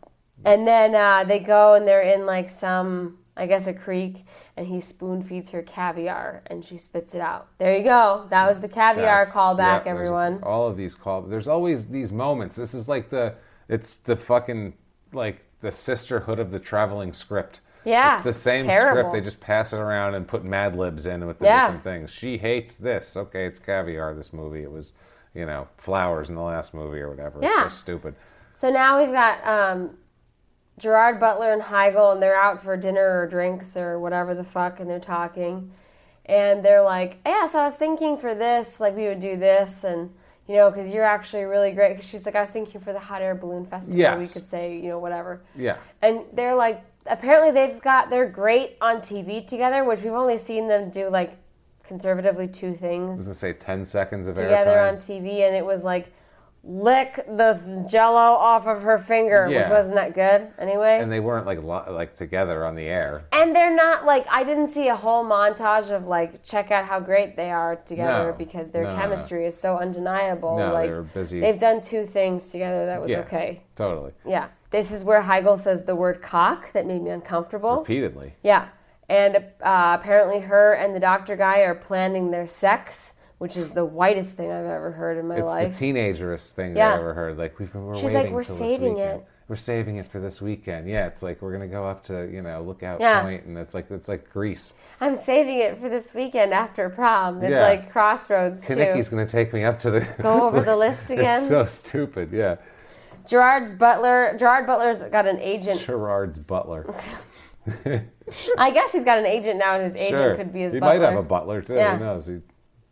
Speaker 1: And then uh, they go and they're in like some, I guess, a creek, and he spoon feeds her caviar and she spits it out. There you go. That was the caviar
Speaker 2: That's-
Speaker 1: callback,
Speaker 2: yeah, there's
Speaker 1: everyone.
Speaker 2: All of these call. There's always these moments. This is like the. It's the fucking like the sisterhood of the traveling script.
Speaker 1: Yeah,
Speaker 2: it's the
Speaker 1: it's
Speaker 2: same
Speaker 1: terrible.
Speaker 2: script. They just pass it around and put Mad Libs in with the
Speaker 1: Yeah.
Speaker 2: different things. She hates this. Okay, it's caviar. This movie. It was, you know, flowers in the last movie or whatever.
Speaker 1: Yeah.
Speaker 2: It's so stupid.
Speaker 1: So now we've got um, Gerard Butler and Heigl, and they're out for dinner or drinks or whatever the fuck, and they're talking. And they're like, Yeah, so I was thinking for this, like we would do this, and you know, because you're actually really great. 'Cause she's like, I was thinking for the hot air balloon festival, we
Speaker 2: Yes.
Speaker 1: could say, you know, whatever.
Speaker 2: Yeah.
Speaker 1: And they're like, apparently they've got, they're great on TV together, which we've only seen them do like conservatively two things
Speaker 2: Doesn't say ten seconds of
Speaker 1: together
Speaker 2: airtime.
Speaker 1: on TV, and it was like lick the Jello off of her finger, which
Speaker 2: Yeah.
Speaker 1: wasn't that good anyway.
Speaker 2: and they weren't like lo- like together on the air.
Speaker 1: And they're not like I didn't see a whole montage of like check out how great they are together
Speaker 2: No.
Speaker 1: because their
Speaker 2: No, no, no.
Speaker 1: chemistry is so undeniable.
Speaker 2: No, they
Speaker 1: like
Speaker 2: were busy.
Speaker 1: have done two things together that was
Speaker 2: Yeah.
Speaker 1: okay.
Speaker 2: Totally.
Speaker 1: Yeah, this is where Heigl says the word cock that made me uncomfortable.
Speaker 2: Repeatedly.
Speaker 1: Yeah, and uh, apparently her and the doctor guy are planning their sex. Which is the whitest thing I've ever heard in my
Speaker 2: It's
Speaker 1: life.
Speaker 2: the teenagerest thing
Speaker 1: Yeah.
Speaker 2: I ever heard. Like we've been, we're
Speaker 1: She's like,
Speaker 2: waiting
Speaker 1: "We're
Speaker 2: till
Speaker 1: saving
Speaker 2: this weekend.
Speaker 1: it."
Speaker 2: We're saving it for this weekend. Yeah, it's like we're gonna go up to you know Lookout
Speaker 1: Yeah.
Speaker 2: Point, and it's like it's like Greece.
Speaker 1: I'm saving it for this weekend after prom. It's
Speaker 2: Yeah.
Speaker 1: like crossroads
Speaker 2: Kanicki's
Speaker 1: too.
Speaker 2: gonna take me up to the.
Speaker 1: Go over the list again.
Speaker 2: it's so stupid. Yeah,
Speaker 1: Gerard's butler. Gerard Butler's got an agent.
Speaker 2: Gerard's butler.
Speaker 1: I guess he's got an agent now, and his agent
Speaker 2: sure,
Speaker 1: could be his
Speaker 2: he
Speaker 1: butler.
Speaker 2: might have a butler too.
Speaker 1: Yeah.
Speaker 2: Who knows? He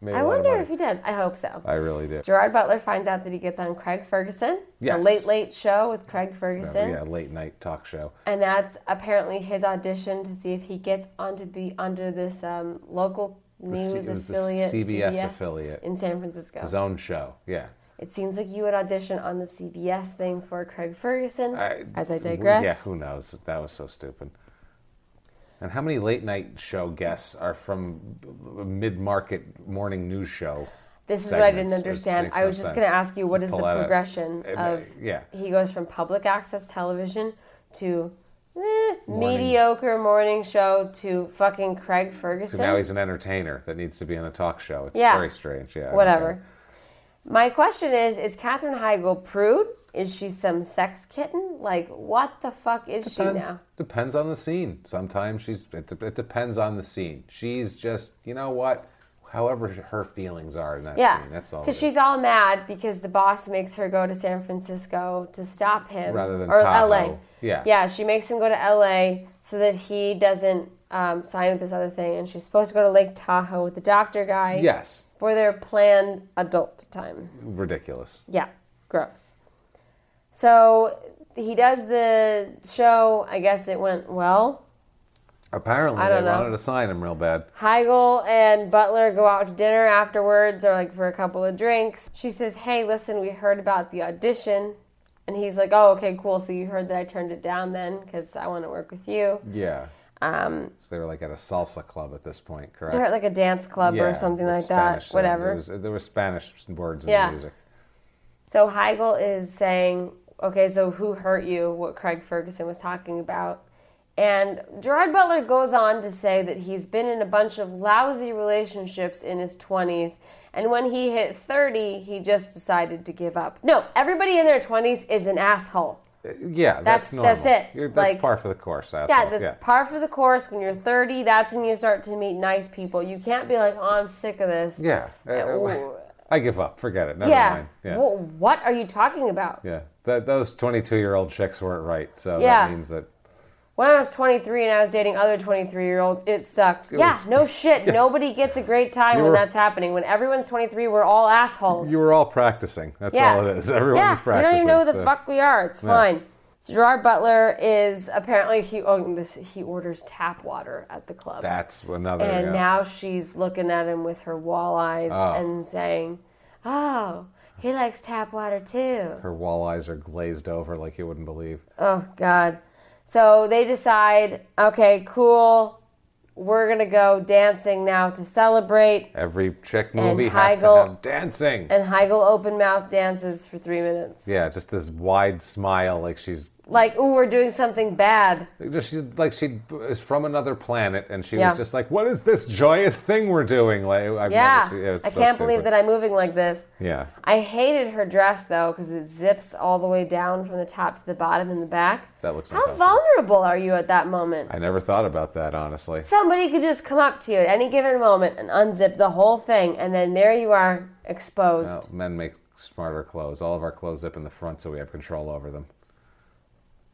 Speaker 2: made
Speaker 1: I
Speaker 2: a lot of
Speaker 1: wonder
Speaker 2: money.
Speaker 1: if he does. I hope so.
Speaker 2: I really do.
Speaker 1: Gerard Butler finds out that he gets on Craig Ferguson, the
Speaker 2: Yes.
Speaker 1: Late Late Show with Craig
Speaker 2: Oh,
Speaker 1: Ferguson,
Speaker 2: yeah, late night talk show.
Speaker 1: and that's apparently his audition to see if he gets on to be under this um, local news
Speaker 2: C- it was the
Speaker 1: affiliate,
Speaker 2: CBS affiliate.
Speaker 1: in San Francisco.
Speaker 2: His own show. Yeah.
Speaker 1: It seems like you would audition on the CBS thing for Craig Ferguson.
Speaker 2: I-
Speaker 1: as I
Speaker 2: who-
Speaker 1: digress.
Speaker 2: Yeah, who knows? That was so stupid. And how many late night show guests are from mid market morning news show?
Speaker 1: This is what I
Speaker 2: segments?
Speaker 1: didn't
Speaker 2: It
Speaker 1: understand.
Speaker 2: makes
Speaker 1: I
Speaker 2: no
Speaker 1: was just
Speaker 2: sense.
Speaker 1: going to ask you what is the
Speaker 2: Pull out a-
Speaker 1: progression
Speaker 2: it-
Speaker 1: of
Speaker 2: uh, yeah.
Speaker 1: he goes from public access television to eh,
Speaker 2: Morning.
Speaker 1: mediocre morning show to fucking Craig Ferguson.
Speaker 2: So now he's an entertainer that needs to be on a talk show. It's
Speaker 1: Yeah.
Speaker 2: very strange. Yeah. I don't
Speaker 1: Whatever.
Speaker 2: get it.
Speaker 1: My question is: Is Katherine Heigl prude? Is she some sex kitten? Like, what the fuck is she
Speaker 2: Depends,
Speaker 1: now?
Speaker 2: depends on the scene. Sometimes she's. It, de- it depends on the scene. She's just. You know what? However, her feelings are in that
Speaker 1: Yeah,
Speaker 2: scene. That's all. it
Speaker 1: Because
Speaker 2: is.
Speaker 1: she's all mad because the boss makes her go to San Francisco to stop him,
Speaker 2: Rather than
Speaker 1: or
Speaker 2: Tahoe.
Speaker 1: L.A.
Speaker 2: Yeah.
Speaker 1: yeah. She makes him go to L.A. so that he doesn't um, sign with this other thing, and she's supposed to go to Lake Tahoe with the doctor guy
Speaker 2: Yes.
Speaker 1: for their planned adult time.
Speaker 2: Ridiculous.
Speaker 1: Yeah, gross. So he does the show. I guess it went well.
Speaker 2: Apparently,
Speaker 1: I
Speaker 2: they
Speaker 1: don't know.
Speaker 2: wanted to sign him real bad.
Speaker 1: Heigl and Butler go out to dinner afterwards or like for a couple of drinks. She says, Hey, listen, we heard about the audition. And he's like, Oh, okay, cool. So you heard that I turned it down then because I want to work with you.
Speaker 2: Yeah. Um, so they were like at a salsa club at this point, correct?
Speaker 1: They're at like a dance club
Speaker 2: Yeah,
Speaker 1: or something
Speaker 2: with
Speaker 1: like that.
Speaker 2: Spanish, so There
Speaker 1: Whatever.
Speaker 2: was, there was Spanish words in
Speaker 1: Yeah.
Speaker 2: the music. Uh,
Speaker 1: So Heigl is saying, okay, so who hurt you? What Craig Ferguson was talking about. And Gerard Butler goes on to say that he's been in a bunch of lousy relationships in his 20s. And when he hit 30, he just decided to give up. No, everybody in their 20s is an asshole.
Speaker 2: Yeah, that's
Speaker 1: That's-
Speaker 2: normal.
Speaker 1: that's it.
Speaker 2: You're, that's
Speaker 1: Like-
Speaker 2: par for the course.
Speaker 1: Yeah,
Speaker 2: asshole.
Speaker 1: that's par for the course. When you're 30, that's when you start to meet nice people. You can't be like, oh, I'm sick of this.
Speaker 2: yeah. Yeah.
Speaker 1: ooh.
Speaker 2: I give up. Forget it. Never
Speaker 1: Yeah.
Speaker 2: mind. Yeah.
Speaker 1: Wh- what are you talking about?
Speaker 2: Yeah, that, those 22 year old chicks weren't right. So
Speaker 1: Yeah.
Speaker 2: that means that.
Speaker 1: When I was 23 and I was dating other 23 year olds, it sucked. yeah,
Speaker 2: was-
Speaker 1: no shit. Nobody gets a great time
Speaker 2: You
Speaker 1: when
Speaker 2: were-
Speaker 1: that's happening. When everyone's 23, we're all assholes.
Speaker 2: You were all practicing. That's
Speaker 1: Yeah.
Speaker 2: all it is. Everyone
Speaker 1: yeah,
Speaker 2: was practicing.
Speaker 1: we don't even know who the
Speaker 2: so-
Speaker 1: fuck we are. It's fine. So Gerard Butler is apparently he oh, this, he orders tap water at the club,
Speaker 2: That's another.
Speaker 1: and
Speaker 2: yeah.
Speaker 1: now she's looking at him with her wall eyes and saying, "Oh, he likes tap water too."
Speaker 2: Her walleyes are glazed over like you wouldn't believe.
Speaker 1: Oh God. So they decide, okay, cool. We're gonna go dancing now to celebrate.
Speaker 2: Every chick movie has to
Speaker 1: Heigl-
Speaker 2: have dancing.
Speaker 1: And Heigl open mouth dances for three minutes.
Speaker 2: yeah, just this wide smile, like she's
Speaker 1: Like, ooh, we're doing something bad.
Speaker 2: just she's like she is from another planet, and she
Speaker 1: Yeah.
Speaker 2: was just like, "What is this joyous thing we're doing?" Like, I've
Speaker 1: Yeah.
Speaker 2: never seen, it's
Speaker 1: I
Speaker 2: so
Speaker 1: can't believe
Speaker 2: stupid.
Speaker 1: that I'm moving like this.
Speaker 2: Yeah,
Speaker 1: I hated her dress though, because it zips all the way down from the top to the bottom and the back.
Speaker 2: That looks
Speaker 1: How
Speaker 2: uncomfortable.
Speaker 1: vulnerable are you at that moment?
Speaker 2: I never thought about that honestly.
Speaker 1: Somebody could just come up to you at any given moment and unzip the whole thing, and then there you are, exposed.
Speaker 2: Well, Oh, men make smarter clothes. All of our clothes zip in the front so we have control over them.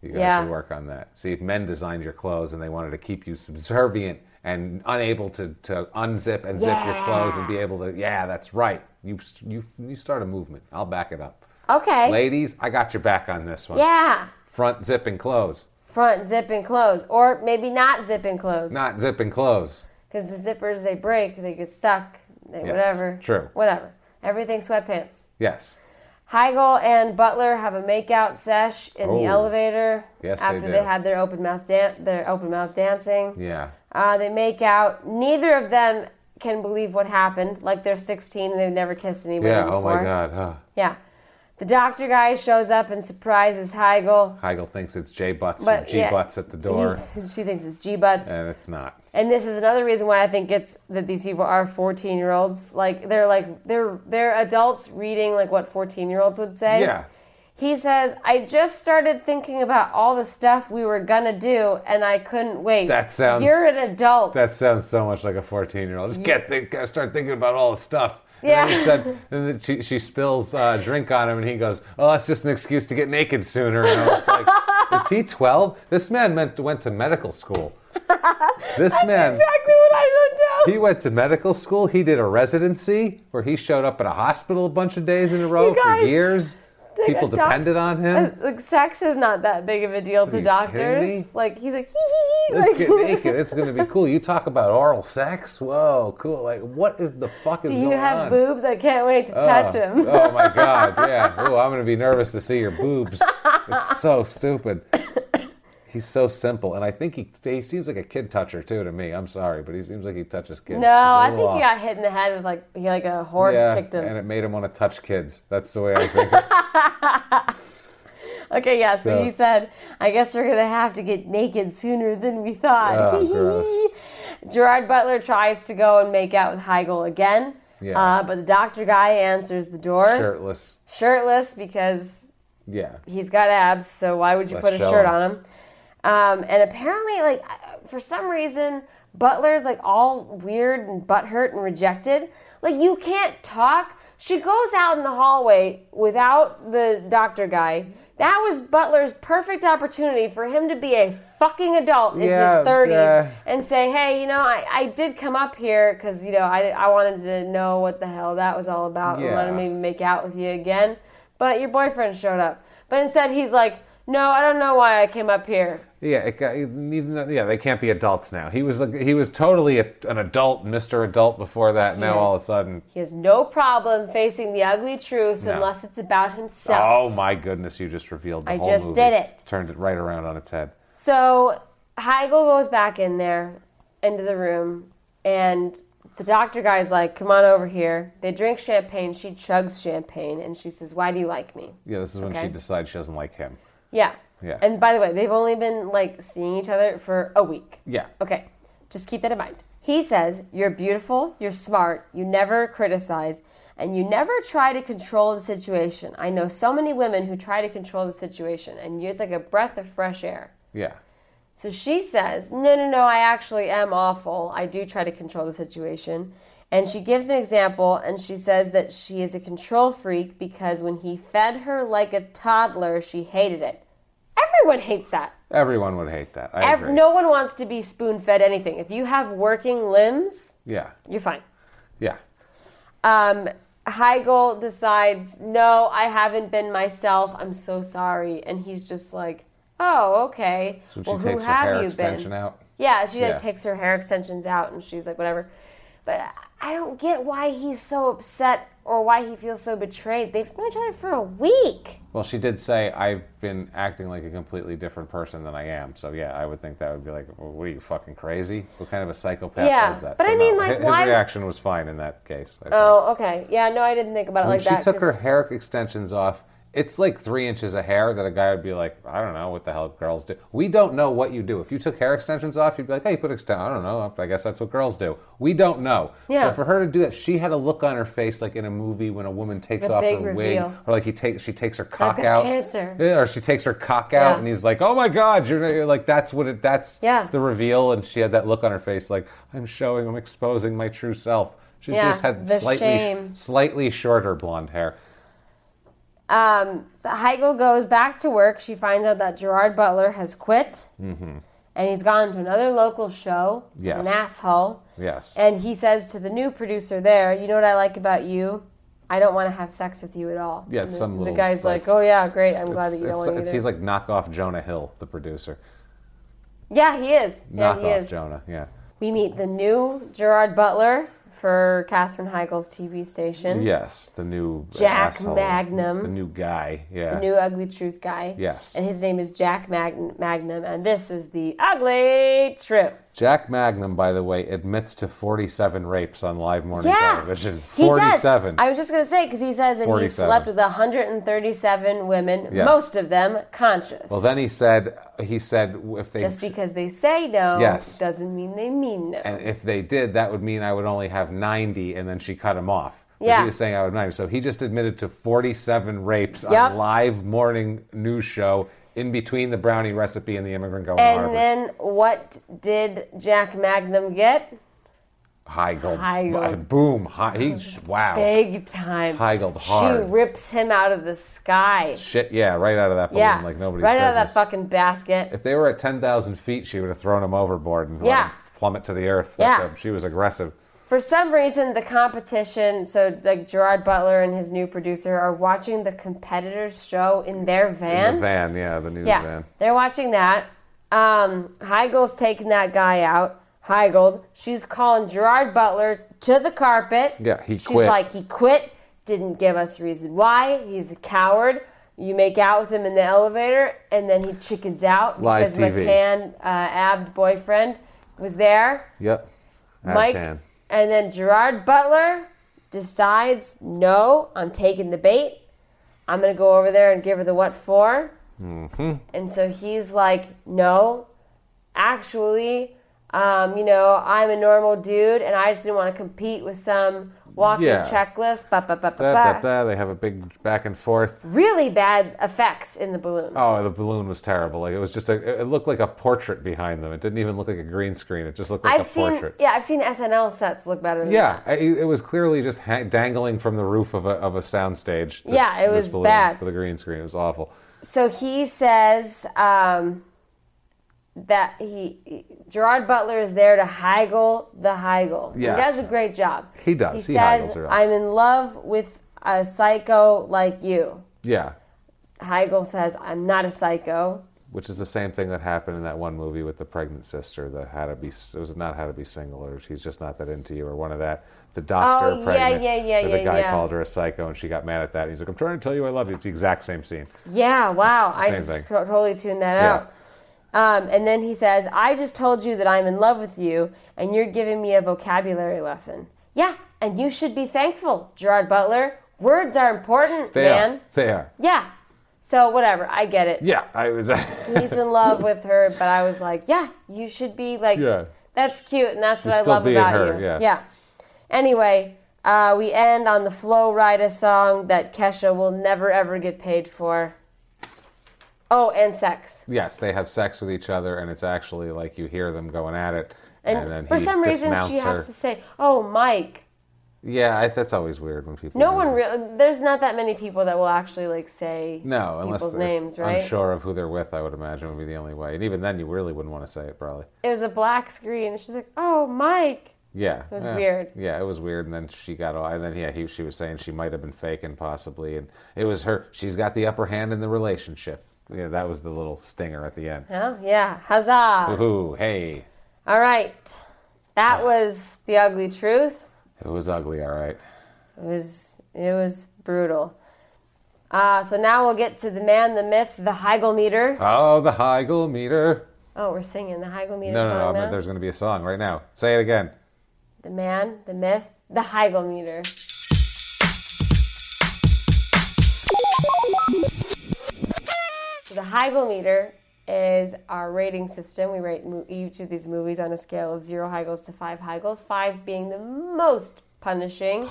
Speaker 2: You guys
Speaker 1: Yeah.
Speaker 2: should work on that. See, if men designed your clothes and they wanted to keep you subservient and unable to, to unzip and zip your clothes and be able to, yeah, that's right. You, s- you, you start a movement. I'll back it up.
Speaker 1: Okay.
Speaker 2: Ladies, I got your back on this one.
Speaker 1: Yeah.
Speaker 2: Front zipping clothes,
Speaker 1: Front zipping clothes, or maybe not zipping clothes,
Speaker 2: not zipping clothes.
Speaker 1: because the zippers they break, they get stuck, they, whatever.
Speaker 2: true.
Speaker 1: Whatever. Everything sweatpants.
Speaker 2: Yes.
Speaker 1: Heigl and Butler have a makeout sesh in
Speaker 2: Oh.
Speaker 1: the elevator
Speaker 2: Yes, they
Speaker 1: after
Speaker 2: do.
Speaker 1: they, had their open mouth dan- their open mouth dancing.
Speaker 2: Yeah.
Speaker 1: Uh, they make out. Neither of them can believe what happened. Like they're 16 and they've never kissed anybody
Speaker 2: Yeah.
Speaker 1: before.
Speaker 2: Oh my God. Huh.
Speaker 1: Yeah. The doctor guy shows up and surprises Heigl.
Speaker 2: Heigl thinks it's J Butts
Speaker 1: But
Speaker 2: from G
Speaker 1: yeah.
Speaker 2: Butts at the door,
Speaker 1: she thinks it's G butts.
Speaker 2: and it's not.
Speaker 1: And this is another reason why I think it's that these people are 14 year olds. Like they're like they're they're adults reading like what 14 year olds would say.
Speaker 2: Yeah.
Speaker 1: He says, "I just started thinking about all the stuff we were gonna do, and I couldn't wait."
Speaker 2: That sounds.
Speaker 1: You're an adult.
Speaker 2: That sounds so much like a fourteen-year-old. Just get think, uh, start thinking about all the stuff. And
Speaker 1: Yeah.
Speaker 2: Then he said, and then she, she spills uh, drink on him, and he goes, "Oh, that's just an excuse to get naked sooner." And I was like, "Is he twelve? This man meant, went to medical school. This man."
Speaker 1: exactly what I would do.
Speaker 2: He went to medical school. He did a residency where he showed up at a hospital a bunch of days in a row for
Speaker 1: guys,
Speaker 2: years. People
Speaker 1: a doc-
Speaker 2: depended on him.
Speaker 1: As- like sex is not that big of a deal to
Speaker 2: you kidding
Speaker 1: doctors.
Speaker 2: me?
Speaker 1: Like he's like, hee hee hee.
Speaker 2: Let's
Speaker 1: Like,
Speaker 2: get naked. It's going to be cool. You talk about oral sex. Whoa, cool. Like, what is the fuck is
Speaker 1: do
Speaker 2: going on?
Speaker 1: you have boobs? I can't wait to touch him.
Speaker 2: oh my god, yeah. Oh, I'm gonna be nervous to see your boobs. It's so stupid. He's so simple, and I think he he seems like a kid toucher too to me. I'm sorry, but he seems like he touches kids. He's
Speaker 1: No,
Speaker 2: a
Speaker 1: I
Speaker 2: little
Speaker 1: think he
Speaker 2: off.
Speaker 1: got hit in the head with like he like a horse kicked him.
Speaker 2: and it made him want to touch kids. That's the way I think. it.
Speaker 1: Okay, yeah. So,
Speaker 2: So-
Speaker 1: he said, "I guess we're gonna have to get naked sooner than we thought."
Speaker 2: Oh, gross.
Speaker 1: Gerard Butler tries to go and make out with Heigl again,
Speaker 2: Yeah.
Speaker 1: uh, but the doctor guy answers the door
Speaker 2: Shirtless.
Speaker 1: shirtless because
Speaker 2: Yeah.
Speaker 1: he's got abs. So why would you
Speaker 2: Let's
Speaker 1: put a
Speaker 2: show
Speaker 1: shirt
Speaker 2: him.
Speaker 1: on him? Um, and apparently, like uh, for some reason, Butler's like all weird and butthurt and rejected. Like you can't talk. She goes out in the hallway without the doctor guy. That was Butler's perfect opportunity for him to be a fucking adult in
Speaker 2: Yeah,
Speaker 1: his 30s
Speaker 2: yeah.
Speaker 1: and say, hey, you know, I, I did come up here because, you know, I, I wanted to know what the hell that was all about and want to
Speaker 2: Yeah.
Speaker 1: maybe make out with you again. But your boyfriend showed up. But instead, he's like, no, I don't know why I came up here.
Speaker 2: Yeah, it got, neither, yeah, they can't be adults now. He was like, he was totally a, an adult, Mister Adult before that. now all of a
Speaker 1: is.
Speaker 2: sudden,
Speaker 1: He has no problem facing the ugly truth unless it's about himself.
Speaker 2: oh my goodness, you just revealed the
Speaker 1: I
Speaker 2: whole
Speaker 1: just
Speaker 2: movie.
Speaker 1: did it.
Speaker 2: Turned it right around on its head.
Speaker 1: So Heigl goes back in there, into the room, and the doctor guy's like, come on over here. They drink champagne. She chugs champagne, and she says, why do you like me?
Speaker 2: Yeah, this is when
Speaker 1: Okay.
Speaker 2: she decides she doesn't like him.
Speaker 1: Yeah.
Speaker 2: Yeah.
Speaker 1: And by the way, they've only been like seeing each other for a week.
Speaker 2: Yeah.
Speaker 1: Okay. Just keep that in mind. He says, You're beautiful, you're smart, you never criticize, and you never try to control the situation. I know so many women who try to control the situation, and it's like a breath of fresh air.
Speaker 2: Yeah.
Speaker 1: So she says, No, no, no, I actually am awful. I do try to control the situation. And she gives an example and she says that she is a control freak because when he fed her like a toddler, she hated it. Everyone hates that.
Speaker 2: Everyone would hate that. I
Speaker 1: Ev-
Speaker 2: agree.
Speaker 1: no one wants to be spoon fed anything. If you have working limbs,
Speaker 2: Yeah.
Speaker 1: you're fine.
Speaker 2: Yeah.
Speaker 1: Um, Heigl decides, No, I haven't been myself. I'm so sorry. And he's just like, Oh, okay.
Speaker 2: So she
Speaker 1: well,
Speaker 2: takes
Speaker 1: who
Speaker 2: her
Speaker 1: have
Speaker 2: hair
Speaker 1: you
Speaker 2: extension
Speaker 1: been?
Speaker 2: out.
Speaker 1: Yeah, she like
Speaker 2: Yeah.
Speaker 1: takes her hair extensions out and she's like whatever. But I don't get why he's so upset or why he feels so betrayed. They've known each other for a week.
Speaker 2: Well, she did say I've been acting like a completely different person than I am. So yeah, I would think that would be like, well, what are you fucking crazy? What kind of a psychopath
Speaker 1: Yeah,
Speaker 2: is that?
Speaker 1: but
Speaker 2: So
Speaker 1: I mean,
Speaker 2: no,
Speaker 1: like,
Speaker 2: hi- his
Speaker 1: why-
Speaker 2: reaction was fine in that case. I think.
Speaker 1: Oh, okay. Yeah, no, I didn't think about it
Speaker 2: when
Speaker 1: like
Speaker 2: she
Speaker 1: that.
Speaker 2: took her
Speaker 1: 'cause-
Speaker 2: hair extensions off, it's like three inches of hair that a guy would be like, I don't know what the hell girls do. We don't know what you do. If you took hair extensions off, you'd be like, hey, you put extensions. I don't know. I guess that's what girls do. We don't know.
Speaker 1: Yeah.
Speaker 2: So for her to do that, she had a look on her face like in a movie when a woman takes
Speaker 1: The
Speaker 2: off
Speaker 1: big
Speaker 2: her
Speaker 1: reveal.
Speaker 2: wig, or like he takes she takes her cock
Speaker 1: a
Speaker 2: out,
Speaker 1: cancer.
Speaker 2: Yeah, or she takes her cock out,
Speaker 1: Yeah.
Speaker 2: and he's like, oh my god, you're, you're like that's what it that's
Speaker 1: Yeah.
Speaker 2: the reveal, and she had that look on her face like I'm showing, I'm exposing my true self. She's
Speaker 1: Yeah,
Speaker 2: just had
Speaker 1: the
Speaker 2: slightly
Speaker 1: shame.
Speaker 2: slightly shorter blonde hair.
Speaker 1: Um, so Heigl goes back to work. She finds out that Gerard Butler has quit, and he's gone to another local show.
Speaker 2: Mm-hmm.
Speaker 1: an
Speaker 2: Yes.
Speaker 1: asshole.
Speaker 2: Yes.
Speaker 1: And he says to the new producer there, "You know what I like about you? I don't want to have sex with you at all."
Speaker 2: Yeah,
Speaker 1: And
Speaker 2: it's
Speaker 1: the,
Speaker 2: some
Speaker 1: the
Speaker 2: little,
Speaker 1: guy's like,
Speaker 2: like,
Speaker 1: "Oh yeah, great. I'm glad
Speaker 2: It's-
Speaker 1: that you
Speaker 2: it's-
Speaker 1: don't want to."
Speaker 2: it's-
Speaker 1: either."
Speaker 2: he's like knockoff Jonah Hill, the producer.
Speaker 1: yeah, he is. Yeah, he
Speaker 2: knockoff
Speaker 1: is.
Speaker 2: Jonah, yeah.
Speaker 1: We meet the new Gerard Butler for Katherine Heigl's TV station.
Speaker 2: Yes, the new
Speaker 1: Jack
Speaker 2: asshole,
Speaker 1: Magnum.
Speaker 2: the new guy. Yeah,
Speaker 1: New Ugly Truth guy.
Speaker 2: Yes.
Speaker 1: And his name is Jack Mag- Magnum, and this is the Ugly Truth.
Speaker 2: Jack Magnum, by the way, admits to forty-seven rapes on live morning
Speaker 1: Yeah.
Speaker 2: television.
Speaker 1: He does.
Speaker 2: Forty-seven.
Speaker 1: I was just going to say, because he says that he
Speaker 2: 47.
Speaker 1: slept with 137 women,
Speaker 2: Yes.
Speaker 1: most of them conscious.
Speaker 2: well, then he said, he said, if they
Speaker 1: just because they say no
Speaker 2: Yes.
Speaker 1: doesn't mean they mean no.
Speaker 2: and if they did, that would mean I would only have 90, and then she cut him off. But
Speaker 1: Yeah.
Speaker 2: He was saying I would 90. So he just admitted to 47 rapes
Speaker 1: Yep.
Speaker 2: on live morning news show in between the brownie recipe and the immigrant going to
Speaker 1: And
Speaker 2: Harvard.
Speaker 1: then what did Jack Magnum get?
Speaker 2: Heigl.
Speaker 1: Heigl.
Speaker 2: b- Boom. He, wow.
Speaker 1: Big time.
Speaker 2: Heigled
Speaker 1: She
Speaker 2: hard.
Speaker 1: rips him out of the sky.
Speaker 2: Shit, yeah, right out of that balloon,
Speaker 1: yeah.
Speaker 2: like nobody's
Speaker 1: right out of
Speaker 2: business.
Speaker 1: that fucking basket.
Speaker 2: if they were at 10,000 feet, she would have thrown him overboard and
Speaker 1: Yeah.
Speaker 2: let him plummet to the earth. That's
Speaker 1: Yeah.
Speaker 2: how- she was aggressive.
Speaker 1: For some reason, the competition, so like Gerard Butler and his new producer are watching the competitors' show in their van.
Speaker 2: The van, yeah, the news
Speaker 1: yeah,
Speaker 2: van.
Speaker 1: they're watching that. Um, Heigl's taking that guy out. Heigl, she's calling Gerard Butler to the carpet.
Speaker 2: Yeah, he
Speaker 1: She's
Speaker 2: quit.
Speaker 1: like, he quit, didn't give us a reason why. He's a coward. You make out with him in the elevator, and then he chickens out
Speaker 2: Live
Speaker 1: because
Speaker 2: TV.
Speaker 1: Matan, uh, abbed boyfriend, was there.
Speaker 2: Yep. Out of
Speaker 1: Mike,
Speaker 2: 10.
Speaker 1: and then Gerard Butler decides, no, I'm taking the bait. I'm gonna go over there and give her the what for. Mm-hmm. And so he's like, no, actually, um, you know, I'm a normal dude, and I just didn't want to compete with some walking
Speaker 2: Yeah.
Speaker 1: checklist. Ba, ba, ba, ba,
Speaker 2: Da,
Speaker 1: ba.
Speaker 2: da, da. They have a big back and forth.
Speaker 1: Really bad effects in the balloon.
Speaker 2: Oh, the balloon was terrible. Like it was just a. It looked like a portrait behind them. It didn't even look like a green screen. It just looked like
Speaker 1: I've
Speaker 2: a
Speaker 1: seen,
Speaker 2: portrait.
Speaker 1: yeah, I've seen SNL sets look better than
Speaker 2: Yeah,
Speaker 1: that.
Speaker 2: I- it was clearly just ha- dangling from the roof of a of a soundstage. this-
Speaker 1: Yeah, it
Speaker 2: this
Speaker 1: was
Speaker 2: balloon
Speaker 1: bad.
Speaker 2: with a green screen. It was awful.
Speaker 1: so he says um, that he Gerard Butler is there to heigl the heigl.
Speaker 2: Yes.
Speaker 1: He does a great job.
Speaker 2: He does.
Speaker 1: He,
Speaker 2: He heigls
Speaker 1: says,
Speaker 2: her up.
Speaker 1: "I'm in love with a psycho like you."
Speaker 2: Yeah,
Speaker 1: Heigl says, "I'm not a psycho."
Speaker 2: which is the same thing that happened in that one movie with the pregnant sister. The how to be it was not how to be single or he's just not that into you or one of that. The doctor
Speaker 1: Oh, yeah,
Speaker 2: pregnant.
Speaker 1: yeah, yeah,
Speaker 2: where the
Speaker 1: yeah,
Speaker 2: guy
Speaker 1: yeah.
Speaker 2: called her a psycho and she got mad at that. He's like, I'm trying to tell you I love you. It's the exact same scene.
Speaker 1: Yeah, wow. I
Speaker 2: Same
Speaker 1: just
Speaker 2: thing.
Speaker 1: tro- totally tuned that
Speaker 2: Yeah.
Speaker 1: out. Um, and then he says, I just told you that I'm in love with you, and you're giving me a vocabulary lesson. Yeah, and you should be thankful, Gerard Butler. Words are important,
Speaker 2: They
Speaker 1: man.
Speaker 2: are. They are.
Speaker 1: Yeah. So, whatever, I get it.
Speaker 2: Yeah, I was.
Speaker 1: He's in love with her, but I was like, yeah, you should be like,
Speaker 2: Yeah.
Speaker 1: that's cute, and that's what I
Speaker 2: still
Speaker 1: love
Speaker 2: being
Speaker 1: about
Speaker 2: her,
Speaker 1: you.
Speaker 2: yeah.
Speaker 1: Anyway, Uh, we end on the Flow Rida song that Kesha will never ever get paid for. Oh, and sex.
Speaker 2: Yes, they have sex with each other, and it's actually like you hear them going at it.
Speaker 1: And,
Speaker 2: then
Speaker 1: for
Speaker 2: he
Speaker 1: some reason,
Speaker 2: dismounts
Speaker 1: she
Speaker 2: her.
Speaker 1: has to say, "Oh, Mike."
Speaker 2: Yeah, I, that's always weird when people.
Speaker 1: No
Speaker 2: do
Speaker 1: one
Speaker 2: that.
Speaker 1: really. There's not that many people that will actually like say
Speaker 2: No, unless
Speaker 1: people's
Speaker 2: they're
Speaker 1: names, right?
Speaker 2: unsure of who they're with, I would imagine would be the only way. And even then, you really wouldn't want to say it, probably.
Speaker 1: It was a black screen. and She's like, "Oh, Mike."
Speaker 2: Yeah, it
Speaker 1: was weird.
Speaker 2: Yeah, it was weird. And then she got all, and then yeah, he, she was saying she might have been faking possibly, and it was her. She's got the upper hand in the relationship. Yeah, that was the little stinger at the end.
Speaker 1: Oh, yeah. Huzzah.
Speaker 2: Ooh, hey,
Speaker 1: All right. That was the ugly truth.
Speaker 2: it was ugly. All right.
Speaker 1: It was it was brutal. Uh, so now we'll get to the man, the myth, the Heigl meter.
Speaker 2: Oh, the Heigl meter.
Speaker 1: Oh, we're singing the Heigl meter
Speaker 2: No, no,
Speaker 1: song
Speaker 2: no. I meant
Speaker 1: now.
Speaker 2: there's going to be a song right now. Say it again.
Speaker 1: The man, the myth, the Heigl meter. So the Heigl meter is our rating system. We rate mo- each of these movies on a scale of zero Heigls to five Heigls, five being the most punishing.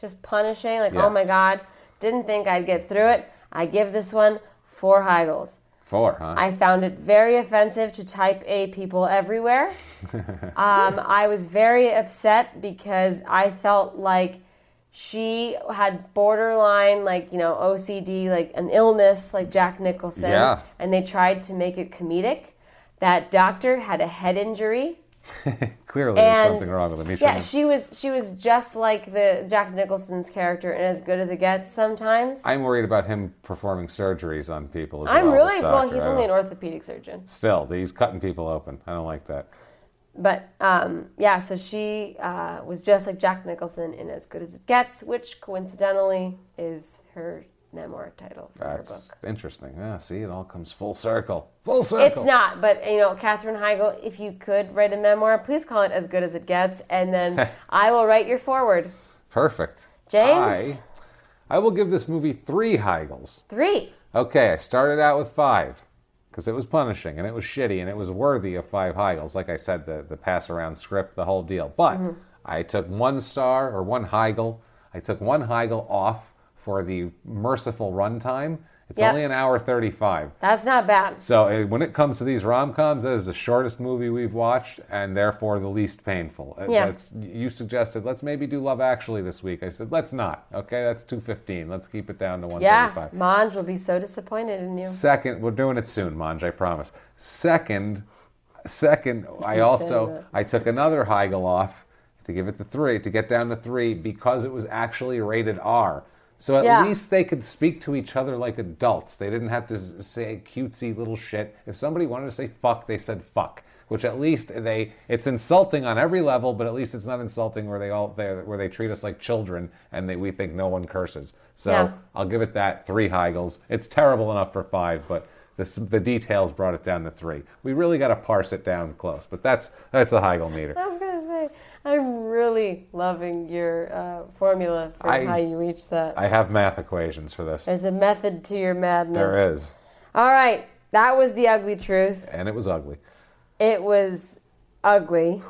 Speaker 1: Just punishing, like, oh my
Speaker 2: Yes.
Speaker 1: God, didn't think I'd get through it. I give this one four Heigls.
Speaker 2: Four, huh?
Speaker 1: I found it very offensive to type A people everywhere. um, I was very upset because I felt like she had borderline, like, you know, OCD, like an illness, like Jack Nicholson.
Speaker 2: Yeah.
Speaker 1: And they tried to make it comedic. That doctor had a head injury.
Speaker 2: Clearly, there's
Speaker 1: and-
Speaker 2: something wrong with him. He
Speaker 1: Yeah,
Speaker 2: shouldn't.
Speaker 1: she was she was just like the Jack Nicholson's character and as good as it gets sometimes.
Speaker 2: I'm worried about him performing surgeries on people. As
Speaker 1: I'm
Speaker 2: well,
Speaker 1: really
Speaker 2: this
Speaker 1: well,
Speaker 2: doctor.
Speaker 1: he's
Speaker 2: I
Speaker 1: only
Speaker 2: don't-
Speaker 1: an orthopedic surgeon.
Speaker 2: Still, he's cutting people open. I don't like that.
Speaker 1: But um, yeah, so she uh, was just like Jack Nicholson in As Good as It Gets, which coincidentally is her memoir title for
Speaker 2: That's
Speaker 1: her book.
Speaker 2: interesting. Yeah, see, it all comes full circle. Full circle.
Speaker 1: It's not, but you know, Katherine Heigl, if you could write a memoir, please call it As Good as It Gets, and then I will write your foreword.
Speaker 2: Perfect.
Speaker 1: James?
Speaker 2: I, I will give this movie three Heigls.
Speaker 1: Three.
Speaker 2: Okay, I started out with five because it was punishing and it was shitty and it was worthy of five Heigls. Like I said, the, the pass around script, the whole deal. But
Speaker 1: Mm-hmm.
Speaker 2: I took one star or one Heigl. I took one Heigl off for the merciful runtime. It's
Speaker 1: Yep.
Speaker 2: only an hour 35.
Speaker 1: That's not bad.
Speaker 2: So uh, when it comes to these rom coms, that is the shortest movie we've watched and therefore the least painful. Uh,
Speaker 1: Yeah.
Speaker 2: That's, you suggested let's maybe do Love Actually this week. I said let's not. Okay, that's two fifteen. Let's keep it down to one thirty
Speaker 1: Yeah,
Speaker 2: five.
Speaker 1: Monge will be so disappointed in you.
Speaker 2: Second, we're doing it soon, Manj. I promise. Second, second, I
Speaker 1: saying
Speaker 2: also
Speaker 1: that.
Speaker 2: I took another Heigl off to give it the three to get down to three because it was actually rated R. So at
Speaker 1: Yeah.
Speaker 2: least they could speak to each other like adults. They didn't have to s- say cutesy little shit. If somebody wanted to say fuck, they said fuck. Which at least they it's insulting on every level, but at least it's not insulting where they all they where they treat us like children and they, we think no one curses. So
Speaker 1: Yeah.
Speaker 2: I'll give it that three Heigls. It's terrible enough for five, but this, the details brought it down to three. We really got to parse it down close, but that's that's the Heigl meter.
Speaker 1: I was gonna say, I'm really loving your uh, formula for
Speaker 2: I-
Speaker 1: how you reach that.
Speaker 2: I have math equations for this.
Speaker 1: There's a method to your madness.
Speaker 2: There is,
Speaker 1: All right, that was the ugly truth.
Speaker 2: and it was ugly.
Speaker 1: It was ugly.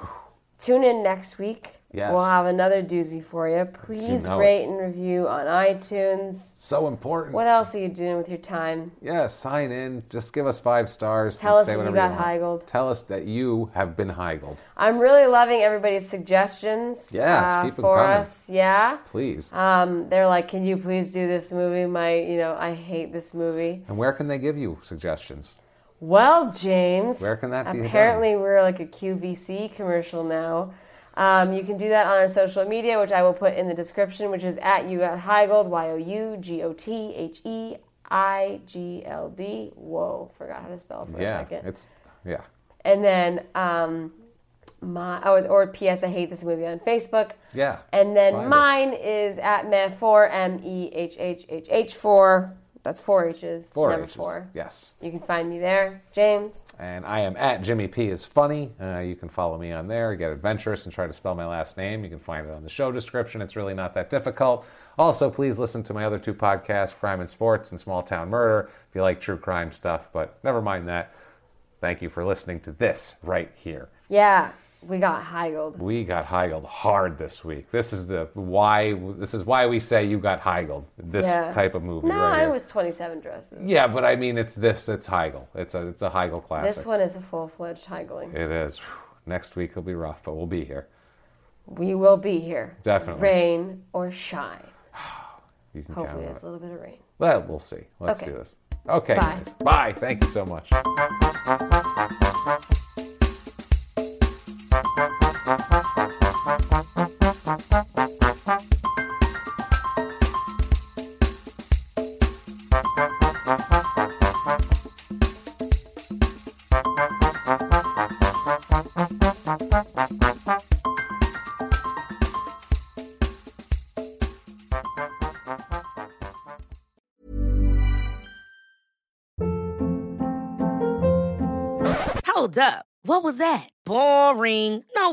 Speaker 1: Tune in next week.
Speaker 2: Yes.
Speaker 1: We'll have another doozy for you. Please
Speaker 2: know it.
Speaker 1: rate and review on iTunes.
Speaker 2: So important.
Speaker 1: What else are you doing with your time?
Speaker 2: yeah, sign in. Just give us five stars.
Speaker 1: Tell
Speaker 2: and
Speaker 1: us
Speaker 2: say
Speaker 1: that you
Speaker 2: whatever
Speaker 1: got
Speaker 2: want.
Speaker 1: Heigled.
Speaker 2: Tell us that you have been Heigled.
Speaker 1: I'm really loving everybody's suggestions.
Speaker 2: Yes,
Speaker 1: uh,
Speaker 2: keep 'em
Speaker 1: for
Speaker 2: coming.
Speaker 1: us. Yeah.
Speaker 2: Please.
Speaker 1: Um, they're like, can you please do this movie? My, you know, I hate this movie.
Speaker 2: and where can they give you suggestions?
Speaker 1: Well, James.
Speaker 2: Where can that be
Speaker 1: Apparently, we're like a QVC commercial now. Um, you can do that on our social media, which I will put in the description, which is at you at Heigold, Y O U G O T H E I G L D. Whoa, forgot how to spell for
Speaker 2: yeah,
Speaker 1: a second.
Speaker 2: it's yeah.
Speaker 1: And then um, my oh, or PS, I hate this movie on Facebook.
Speaker 2: Yeah,
Speaker 1: And then
Speaker 2: find us.
Speaker 1: mine is at Meh4, M E H H H H 4. That's four H's.
Speaker 2: Four
Speaker 1: number
Speaker 2: H's.
Speaker 1: four.
Speaker 2: Yes.
Speaker 1: You can find me there. James.
Speaker 2: And I am at Jimmy P is funny. Uh, you can follow me on there. Get adventurous and try to spell my last name. You can find it on the show description. It's really not that difficult. Also, please listen to my other two podcasts, Crime and Sports and Small Town Murder, if you like true crime stuff. But never mind that. Thank you for listening to this right here.
Speaker 1: Yeah. We got Heigled.
Speaker 2: We got Heigled hard this week. This is the why. This is why we say you got Heigled. This
Speaker 1: Yeah.
Speaker 2: type of movie,
Speaker 1: No,
Speaker 2: right?
Speaker 1: I
Speaker 2: here.
Speaker 1: was 27 dresses.
Speaker 2: Yeah, but I mean, it's this. It's Heigl. It's a it's a Heigl classic.
Speaker 1: This one is a full fledged Heigling.
Speaker 2: It is. Whew. Next week will be rough, but we'll be here.
Speaker 1: We will be here.
Speaker 2: Definitely.
Speaker 1: Rain or shine.
Speaker 2: You can count
Speaker 1: Hopefully,
Speaker 2: on
Speaker 1: there's
Speaker 2: it.
Speaker 1: a little bit of rain.
Speaker 2: Well, we'll see. Let's
Speaker 1: Okay.
Speaker 2: do this. Okay.
Speaker 1: Bye.
Speaker 2: guys. Bye. Thank you so much.
Speaker 3: Hold up. What was that? Boring. No